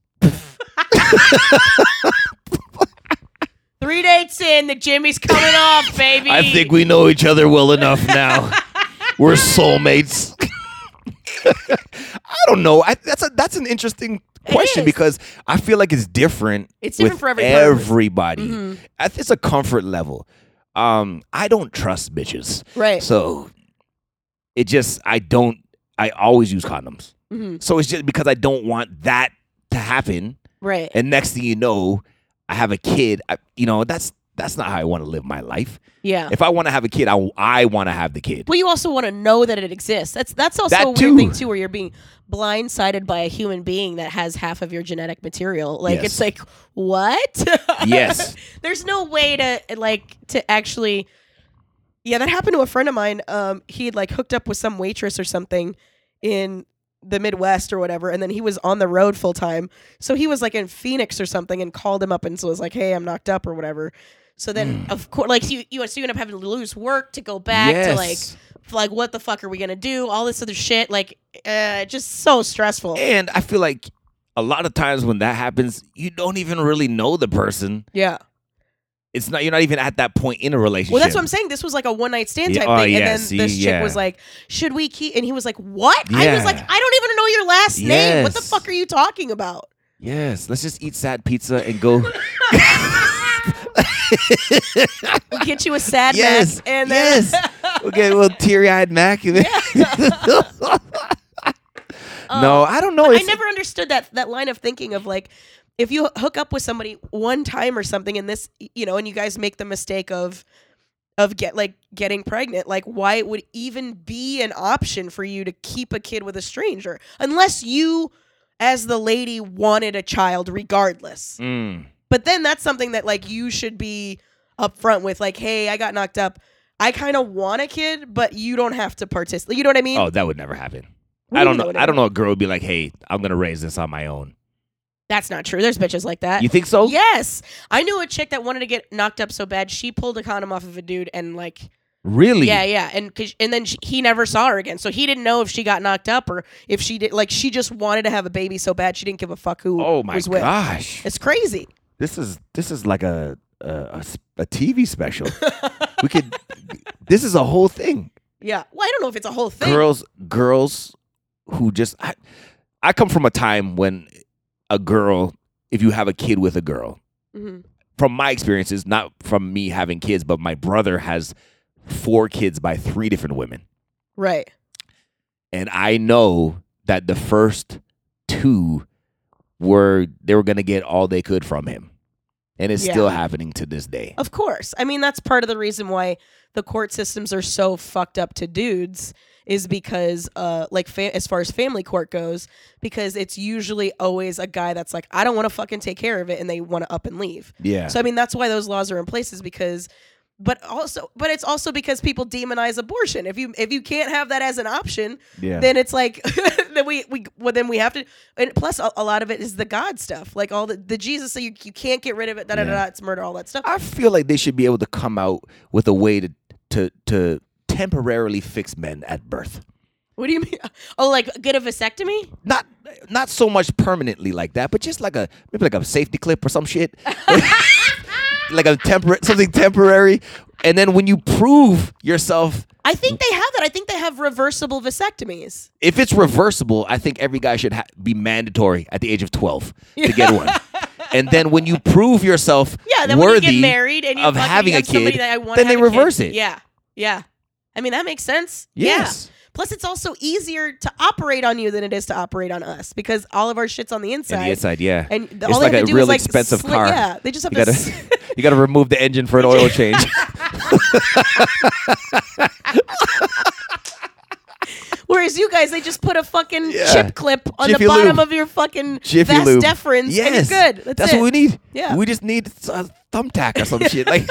E: Three dates in, the Jimmy's coming off, baby.
F: [laughs] I think we know each other
E: [laughs]
F: well enough now. We're soulmates. [laughs] I don't know. I, that's a that's an interesting question
E: is.
F: because I feel like it's different.
E: It's different
F: with
E: for every person.
F: everybody.
E: Mm-hmm.
F: I think it's a comfort level. Um, I don't trust bitches,
E: Right.
F: so it just I don't. I always use condoms,
E: Mm-hmm.
F: so it's just because I don't want that to happen.
E: right.
F: And next thing you know, I have a kid. I, you know that's that's not how I want to live my life.
E: yeah.
F: If I want to have a kid, I, I want to have the kid.
E: But you also want to know that it exists. That's that's also
F: That
E: a weird
F: too.
E: thing too, where you're being blindsided by a human being that has half of your genetic material. Like
F: Yes.
E: it's like what? [laughs]
F: Yes.
E: There's no way to like to actually. Yeah, that happened to a friend of mine. Um, he had like hooked up with some waitress or something in the Midwest or whatever, and then he was on the road full time. So he was like in Phoenix or something, and called him up and was like, "Hey, I'm knocked up" or whatever. So then,
F: Hmm.
E: of course, like you, you, so you end up having to lose work to go back to like
F: Yes.
E: like what the fuck are we gonna do? All this other shit, like, uh, just so stressful.
F: And I feel like a lot of times when that happens, you don't even really know the person.
E: Yeah.
F: It's not you're not even at that point in a relationship.
E: Well, that's what I'm saying. This was like a one night stand
F: Yeah,
E: type
F: oh,
E: thing,
F: yeah,
E: and then
F: see,
E: this chick
F: yeah.
E: was like, "Should we keep?" And he was like, "What?" I was
F: Yeah.
E: like, "I don't even know your last name. What the
F: Yes.
E: fuck are you talking about?"
F: Yes, let's just eat sad pizza
E: [laughs]
F: and go.
E: We get you a sad
F: yes,
E: Mac, and then [laughs]
F: yes. We'll get a little teary-eyed Mac. [laughs] and then- no, I don't know.
E: Oh. I
F: It's-
E: never understood that that line of thinking of like, if you hook up with somebody one time or something, and this, you know, and you guys make the mistake of of get like getting pregnant, like why it would even be an option for you to keep a kid with a stranger unless you, as the lady, wanted a child regardless.
F: Mm,
E: But then that's something that like you should be upfront with, like, hey, I got knocked up. I kind of want a kid, but you don't have to participate. You know what I mean?
F: Oh, that would never happen.
E: do
F: I
E: you
F: don't
E: mean that
F: know.
E: would
F: I don't know. A girl would be like, "Hey, I'm gonna raise this on my own."
E: That's not true. There's bitches like that.
F: You think so?
E: yes, I knew a chick that wanted to get knocked up so bad. She pulled a condom off of a dude and like,
F: Really?
E: yeah, yeah, and 'cause- and then she, he never saw her again, so he didn't know if she got knocked up or if she did. Like, she just wanted to have a baby so bad she didn't give a fuck who.
F: Oh my
E: was with.
F: gosh.
E: It's crazy.
F: this is this is like a a, a s- a TV
E: [laughs]
F: special. we could. This is a whole thing.
E: Yeah. Well, I don't know if it's a whole thing.
F: Girls, girls who just. I, I come from a time when a girl, if you have a kid with a girl,
E: Mhm.
F: from my experiences, not from me having kids, but my brother has four kids by three different women,
E: Right.
F: and I know that the first two were they were gonna get all they could from him, and it's
E: Yeah.
F: still happening to this day.
E: Of course. I mean, that's part of the reason why the court systems are so fucked up to dudes is because uh like fa- as far as family court goes because it's usually always a guy that's like I don't want to fucking take care of it and they want to up and leave.
F: Yeah.
E: So I mean, that's why those laws are in place is because but also but it's also because people demonize abortion. If you if you can't have that as an option,
F: Yeah.
E: then it's like [laughs] then we we well then we have to and plus a, a lot of it is the god stuff. Like all the the Jesus so you you can't get rid of it da da da,
F: Yeah.
E: da it's murder all that stuff.
F: I feel like they should be able to come out with a way to to to temporarily fix men at birth.
E: What do you mean? [laughs] Oh, like get a vasectomy?
F: Not not so much permanently like that, but just like a maybe like a safety clip or some shit. like a temporary something temporary. And then when you prove yourself
E: I think they have that. I think they have reversible vasectomies.
F: if it's reversible, I think every guy should ha- be mandatory at the age of 12
E: [laughs]
F: to get one. And then when you prove yourself
E: Yeah, then
F: worthy
E: when you get married and you
F: of
E: fucking
F: having
E: have
F: a kid,
E: somebody that I want,
F: then they reverse it.
E: Yeah, yeah. I mean that makes sense.
F: Yes.
E: Yeah. Plus, it's also easier to operate on you than it is to operate on us because all of our shit's on the inside.
F: And the inside, yeah.
E: And the-
F: it's
E: all they
F: like
E: have
F: a
E: to do
F: real
E: is, like,
F: expensive
E: sli-
F: car.
E: yeah, they just have to
F: you Gotta,
E: [laughs]
F: [laughs]
E: s-
F: you got to remove the engine for an oil
E: [laughs]
F: change.
E: Whereas you guys, they just put a fucking
F: Yeah.
E: chip clip on
F: Jiffy
E: the bottom
F: Lube.
E: of your fucking
F: Jiffy
E: vast
F: Lube.
E: deferens, and you're
F: Yes,
E: good. That's, it.
F: what we need.
E: Yeah.
F: we just need a thumbtack
E: [laughs]
F: or some shit like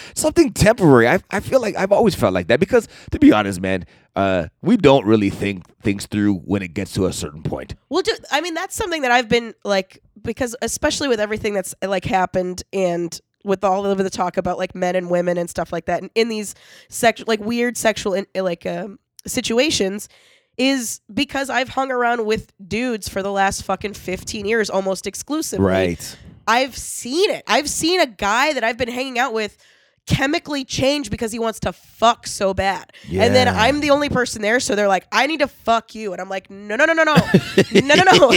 F: [laughs] something temporary. I I feel like I've always felt like that because to be honest, man, uh, we don't really think things through when it gets to a certain point.
E: Well, do I mean that's something that I've been like because especially with everything that's like happened and with all of the talk about like men and women and stuff like that and in these sex like weird sexual in, like um, situations is because I've hung around with dudes for the last fucking 15 years almost exclusively. I've seen it. I've seen a guy that I've been hanging out with chemically change because he wants to fuck so bad. And then
F: Yeah.
E: I'm the only person there, so they're like, I need to fuck you. And I'm like, no, no, no, no, no. no, no,
F: [laughs]
E: [laughs] no.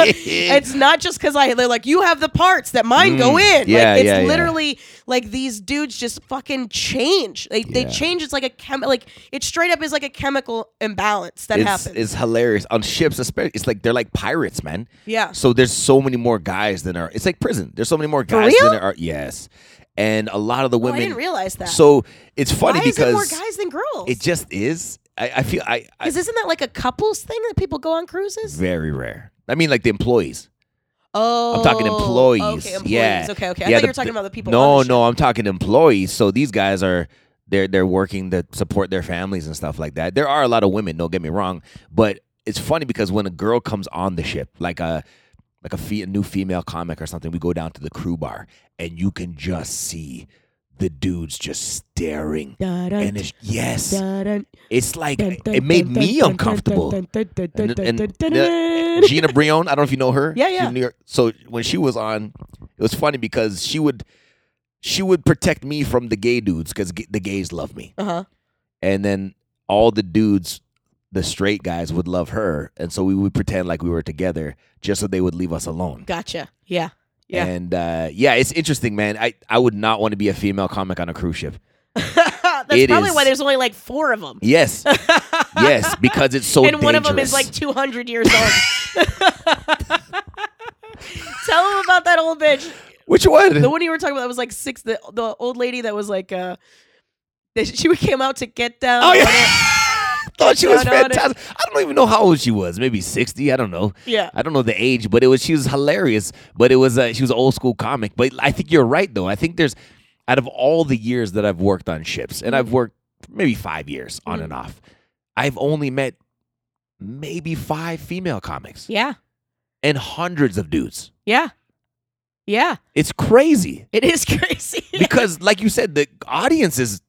E: it's not just because I, they're like, you have the parts that mine go in.
F: Mm. Yeah,
E: like, it's
F: yeah, yeah.
E: literally like these dudes just fucking change. They, they
F: Yeah.
E: change. It's like a chem, like it straight up is like a chemical imbalance that
F: it's,
E: happens.
F: It's hilarious on ships, especially. It's like they're like pirates, man.
E: Yeah.
F: So there's so many more guys than are. It's like prison. There's so many more guys
E: real? Oh,
F: than there are. Yes, and a lot of the
E: I
F: women.
E: didn't realize that.
F: So it's funny
E: Why is
F: because
E: there more guys than girls?
F: it just is. I, I feel I, I
E: Because isn't that like a couples thing that people go on cruises?
F: very rare. I mean, like the employees.
E: Oh,
F: I'm talking employees.
E: Okay, employees.
F: Yeah.
E: Okay, okay. I
F: Yeah,
E: thought
F: the-
E: you were talking about the people.
F: No,
E: on the
F: no, I'm talking employees. So these guys are they're they're working to support their families and stuff like that. There are a lot of women. Don't get me wrong, but it's funny because when a girl comes on the ship, like a like a, fe- a new female comic or something, we go down to the crew bar and you can just see the dudes just staring. And it's yes, it's like it made me uncomfortable. And, and the- [laughs] Gina Brion, I don't know if you know her.
E: Yeah, yeah.
F: She's in New York. So when she was on, it was funny because she would she would protect me from the gay dudes because the gays love me,
E: Uh huh.
F: and then all the dudes, the straight guys, would love her, and so we would pretend like we were together just so they would leave us alone.
E: Gotcha. Yeah.
F: [laughs]
E: Yeah.
F: And uh, yeah, it's interesting, man. I, I would not want to be a female comic on a cruise ship.
A: That's
F: It
A: probably
F: is-
A: why there's only like four of them. [laughs]
F: Yes, yes, because it's so.
A: and one of them is
F: dangerous.
A: like 200 years old.
F: [laughs]
E: [laughs]
A: Tell him about that old bitch.
F: which one?
E: The one you were talking about that was like six. The the old lady that was like uh, that she [laughs] came out to get down.
F: Oh yeah.
E: on it.
F: [laughs] Thought she was
E: Shout out it.
F: fantastic. I don't even know how old she was. Maybe sixty. I don't know.
E: Yeah.
F: I don't know the age, but it was she was hilarious. But it was uh, she was an old school comic. But I think you're right though. I think there's out of all the years that I've worked on ships, and I've worked maybe five years on
E: Mm.
F: and off, I've only met maybe five female comics
E: Yeah.
F: and hundreds of dudes.
E: Yeah. Yeah.
F: It's crazy
E: It is [laughs] crazy.
F: because, like you said, the audience is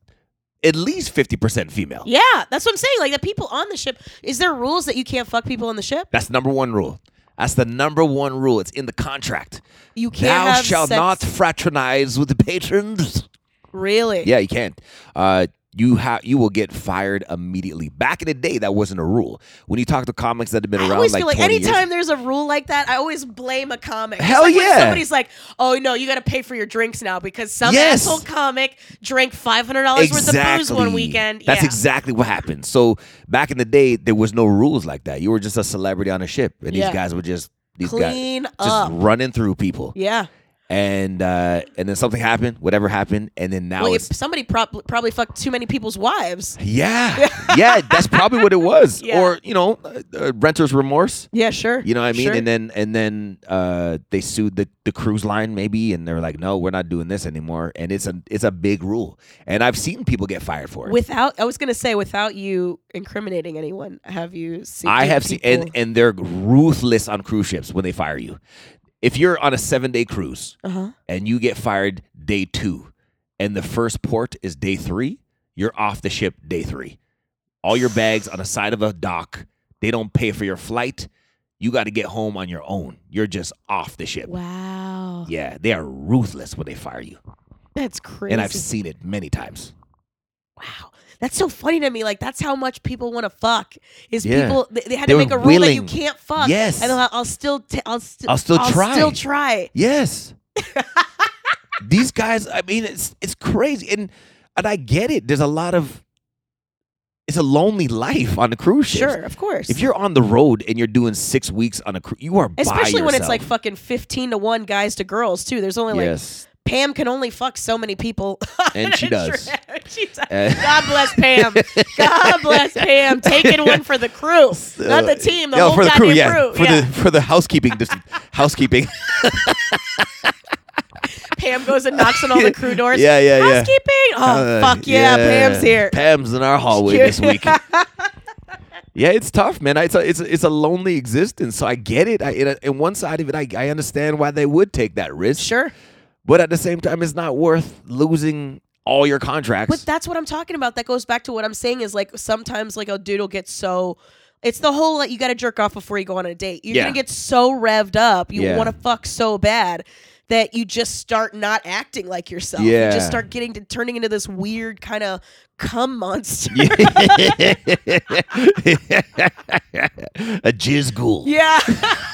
F: at least fifty percent female.
E: yeah, that's what I'm saying. Like the people on the ship. Is there rules that you can't fuck people on the ship?
F: That's number one rule. That's the number one rule. It's in the contract.
E: You can't
F: Thou
E: have
F: shalt
E: sex-
F: not fraternize with the patrons.
E: Really?
F: Yeah, you can't. Uh, you have you will get fired immediately. Back in the day, that wasn't a rule. When you talk to comics that have been
E: I
F: around
E: always
F: like
E: feel like
F: 20 years-
E: anytime there's a rule like that, I always blame a comic. It's
F: Hell
E: like when
F: yeah.
E: somebody's like, "Oh no, you got to pay for your drinks now because some
F: Yes.
E: asshole comic drank five hundred dollars worth of booze one weekend."
F: That's
E: yeah.
F: exactly what happened. So back in the day, there was no rules like that. You were just a celebrity on a ship, and
E: Yeah.
F: these guys were just these
E: Clean
F: guys
E: up.
F: just running through people.
E: yeah.
F: And uh, and then something happened, whatever happened, and then now
E: Well,
F: it's
E: if somebody prob- probably fucked too many people's wives.
F: Yeah, [laughs] yeah, that's probably what it was.
E: Yeah.
F: Or you know, uh, uh, renter's remorse.
E: Yeah, sure.
F: You know what I mean?
E: Sure.
F: And then and then uh, they sued the, the cruise line maybe, and they're like, no, we're not doing this anymore. And it's a it's a big rule. And I've seen people get fired for it.
E: without, I was gonna say, without you incriminating anyone, have you seen?
F: I have seen
E: people-
F: and and they're ruthless on cruise ships when they fire you. If you're on a seven day cruise
E: Uh-huh.
F: and you get fired day two, and the first port is day three, you're off the ship day three. All your bags on the side of a dock. They don't pay for your flight. You got to get home on your own. You're just off the ship.
E: Wow,
F: Yeah, they are ruthless when they fire you,
E: that's crazy.
F: and I've seen it many times.
E: Wow. That's so funny to me. Like that's how much people want to fuck. Is
F: Yeah.
E: people they, they had
F: They
E: to
F: were
E: make a rule that you
F: willing.
E: can't fuck.
F: Yes.
E: and I'll, I'll still t- I'll, st-
F: I'll still try.
E: still try. [laughs]
F: Yes. These guys, I mean, it's it's crazy, and and I get it. There's a lot of it's a lonely life on the cruise ship.
E: Sure, of course.
F: If you're on the road and you're doing six weeks on a cruise, you are by
E: Especially when it's
F: yourself.
E: like fucking 15 to 1 guys to girls, too. There's only like
F: yes,
E: Pam can only fuck so
A: [laughs]
E: many people.
F: and she does.
E: She does.
F: Uh,
A: God bless Pam. God bless Pam. Taking one for the crew, not the team. The
F: yeah,
A: whole
F: Oh, for the
A: goddamn
F: crew, yeah,
A: crew.
F: for
A: yeah.
F: the for the housekeeping,
A: [laughs]
F: dis- housekeeping.
A: Pam goes and knocks on all the crew doors.
F: [laughs] Yeah, yeah, yeah.
A: Housekeeping. Oh
F: Uh,
A: fuck yeah, Pam's here.
F: Pam's in our hallway
A: [laughs]
F: this week. yeah, it's tough, man. It's a, it's a, it's a lonely existence. So I get it. I and, uh, and one side of it, I, I understand why they would take that risk.
E: Sure.
F: but at the same time, it's not worth losing all your contracts.
E: But
A: [laughs]
F: [laughs]
E: that's what I'm talking about. That goes back to what I'm saying is like sometimes like a dude will get so it's the whole like you gotta jerk off before you go on a date. You're
F: Yeah.
E: gonna get so revved up, you
F: Yeah.
E: wanna fuck so bad that you just start not acting like yourself. You
F: Yeah.
E: just start getting to turning into this weird kind of cum monster.
F: a jizz ghoul.
E: [laughs]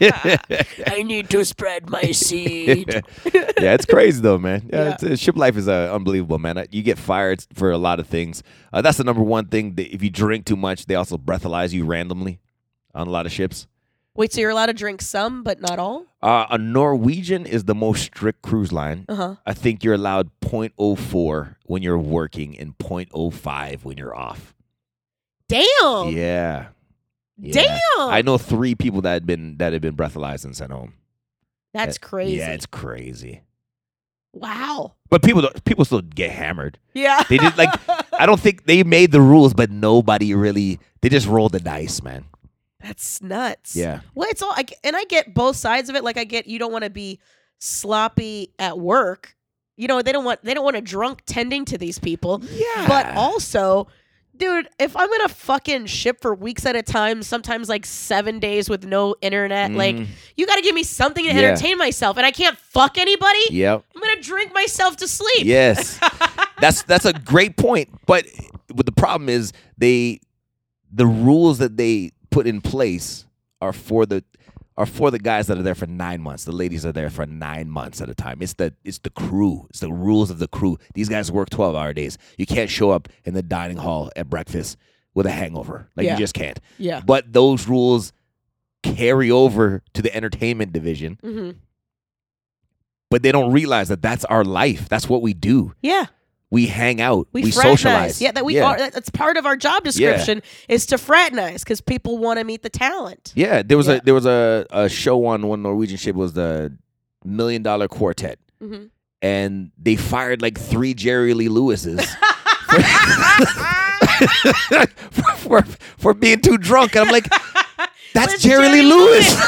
E: Yeah.
A: I need to spread my seed.
F: yeah, it's crazy
A: [laughs]
F: though, man. Yeah,
E: Yeah.
F: It's, uh, ship life is uh, unbelievable, man. Uh, You get fired for a lot of things. Uh, that's the number one thing. That if you drink too much, they also breathalyze you randomly on a lot of ships.
E: Wait, so you're allowed to drink some but not all?
F: Uh, a Norwegian is the most strict cruise line.
E: Uh-huh.
F: I think you're allowed 0.04 when you're working and 0.05 when you're off.
A: Damn.
F: Yeah. Yeah.
A: Damn.
F: I know three people that had been that had been breathalyzed and sent home.
A: That's
F: Yeah,
A: crazy.
F: Yeah, it's crazy.
A: wow.
F: But people don't, people still get hammered.
E: Yeah.
F: They did like I don't think they made the rules, but nobody really they just rolled the dice, man.
E: That's nuts.
F: Yeah.
E: Well, it's all, I, g- and I get both sides of it. Like I get you don't want to be sloppy at work. You know they don't want they don't want a drunk tending to these people.
F: Yeah.
E: But also, dude, if I'm gonna fucking ship for weeks at a time, sometimes like seven days with no internet,
F: Mhm.
E: like you got to give me something to
F: Yeah.
E: entertain myself, and I can't fuck anybody.
F: Yep.
E: I'm gonna drink myself to sleep.
F: Yes. that's that's a great point. But but the problem is they the rules that they put in place are for the are for the guys that are there for nine months. The ladies are there for nine months at a time. It's the it's the crew. It's the rules of the crew. These guys work twelve hour days. You can't show up in the dining hall at breakfast with a hangover. Like
E: Yeah.
F: you just can't.
E: Yeah.
F: But those rules carry over to the entertainment division.
E: hmm
F: But they don't realize that that's our life. That's what we do
E: Yeah.
F: we hang out, we,
E: we, fraternize.
F: socialize.
E: Yeah, that we are. That, that's part of our job description is to fraternize because people want to meet the talent.
F: Yeah, there was
E: Yeah.
F: a there was a, a show on one Norwegian ship was the Million Dollar Quartet,
E: Mhm.
F: and they fired like three Jerry Lee [laughs] Lewises for, for, for being too drunk. And I'm like, that's
E: It's
F: Jerry,
E: Jerry
F: Lee Lewis.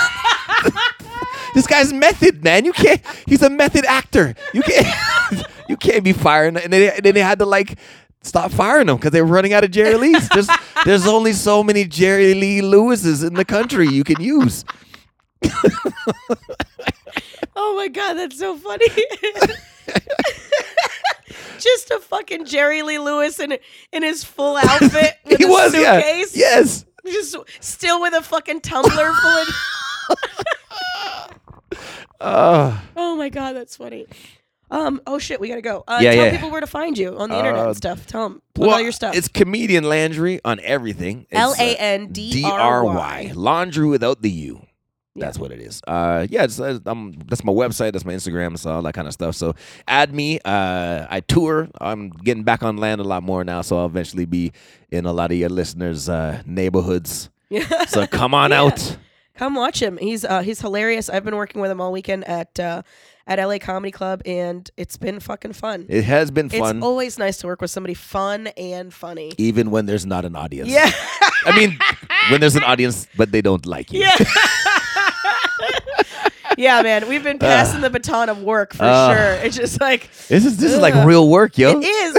F: [laughs] this guy's method, man. You can't. He's a method actor. You can't. [laughs] you can't be firing. And then, and then they had to like stop firing them because they were running out of Jerry Lees. [laughs] There's, there's only so many Jerry Lee Lewises in the country you can use.
E: Oh my god, that's so funny. [laughs] Just a fucking Jerry Lee Lewis in in his full outfit with
F: [laughs] he
E: a
F: was, yeah,
E: suitcase.
F: yes.
E: Just still with a fucking tumbler full
F: [laughs]
E: of
F: Uh,
E: Oh my god, that's funny. Um, oh shit, we gotta go. Uh,
F: Yeah,
E: tell
F: yeah.
E: people where to find you on the internet
F: Uh,
E: and stuff. Tell them put all your stuff.
F: It's comedian Landry on everything. It's, uh,
E: L A N D R Y.
F: Laundry without the U. That's what it is. Uh, yeah, it's, uh, um, that's my website. That's my Instagram. So all that kind of stuff. So add me. Uh, I tour. I'm getting back on land a lot more now. So I'll eventually be in a lot of your listeners' uh,
E: [laughs]
F: neighborhoods.
E: Yeah.
F: So come on out.
E: Come watch him. He's uh, he's hilarious. I've been working with him all weekend at uh, at LA Comedy Club, and it's been fucking fun.
F: It has been
E: It's
F: fun, E
E: always nice to work with somebody fun and funny.
F: even when there's not an
E: [laughs]
F: audience.
E: Yeah.
F: I mean, when there's an audience, but they don't like
E: [laughs]
F: you.
E: Yeah. yeah, man. We've been passing the baton of work for
F: Ugh.
E: sure. It's just like
F: This is this is like
E: Ugh.
F: real work, yo.
E: it is.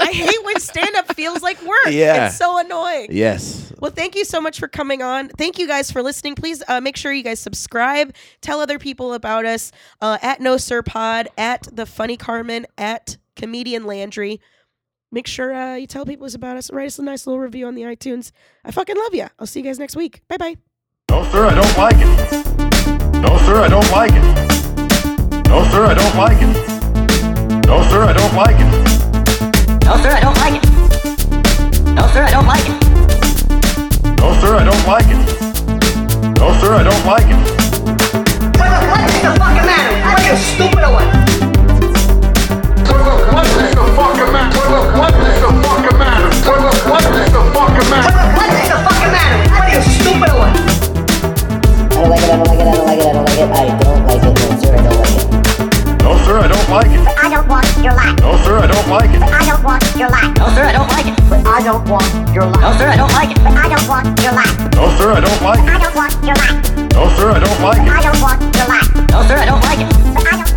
E: I hate when stand up feels like work.
F: Yeah.
E: It's so annoying.
F: Yes.
E: Well, thank you so much for coming on. Thank you guys for listening. Please uh, make sure you guys subscribe. Tell other people about us uh, at No Sir Pod, at The Funny Carmen, at Comedian Landry. Make sure uh, you tell people about us. Write us a nice little review on the iTunes. I fucking love you. I'll see you guys next week. Bye bye.
D: No, sir, I don't like it. No, sir, I don't like it. No, sir, I don't like it. No, sir, I don't like it.
B: No, sir, I don't like it.
G: No, sir, I don't like it.
D: No, sir, I don't like it. No, sir, I don't like it.
G: What, what, what's the fucking matter? What are you stupid or what?
B: What is the fucking matter? What is the fucking matter? What is the fucking matter?
G: What, what is the fucking matter? What are you stupid or what?
H: I don't like it, I don't like it, I don't like it, I don't like it, I don't like it, no sir, I don't like it.
D: No, sir, I don't like it.
H: I don't want your life.
D: No, sir, I don't like it.
G: No, sir, I
H: I don't want your life.
D: No, sir, I
G: don't like it. No, sir, I don't like it.
H: But I don't want your life. But I don't want your life.
D: don't like it.
H: I don't want your life.
D: No, sir, I don't like it.
H: I don't want your life.
G: No, sir, I don't like it.
H: But I don't,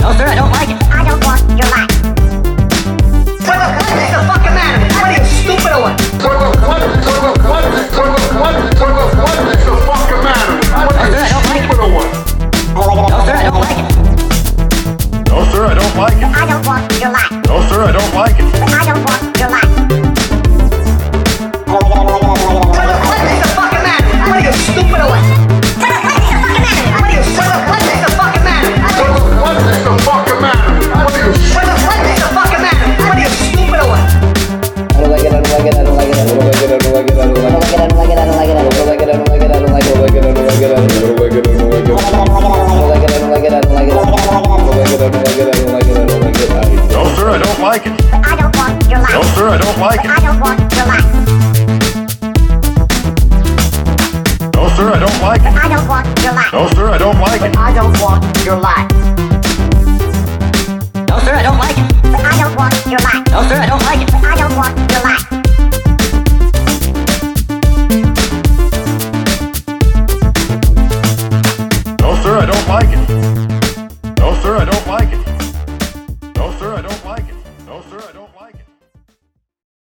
G: No, sir, I don't like it.
H: I don't want your life.
G: What, what is the fucking matter? What are you stupid or what?
B: What is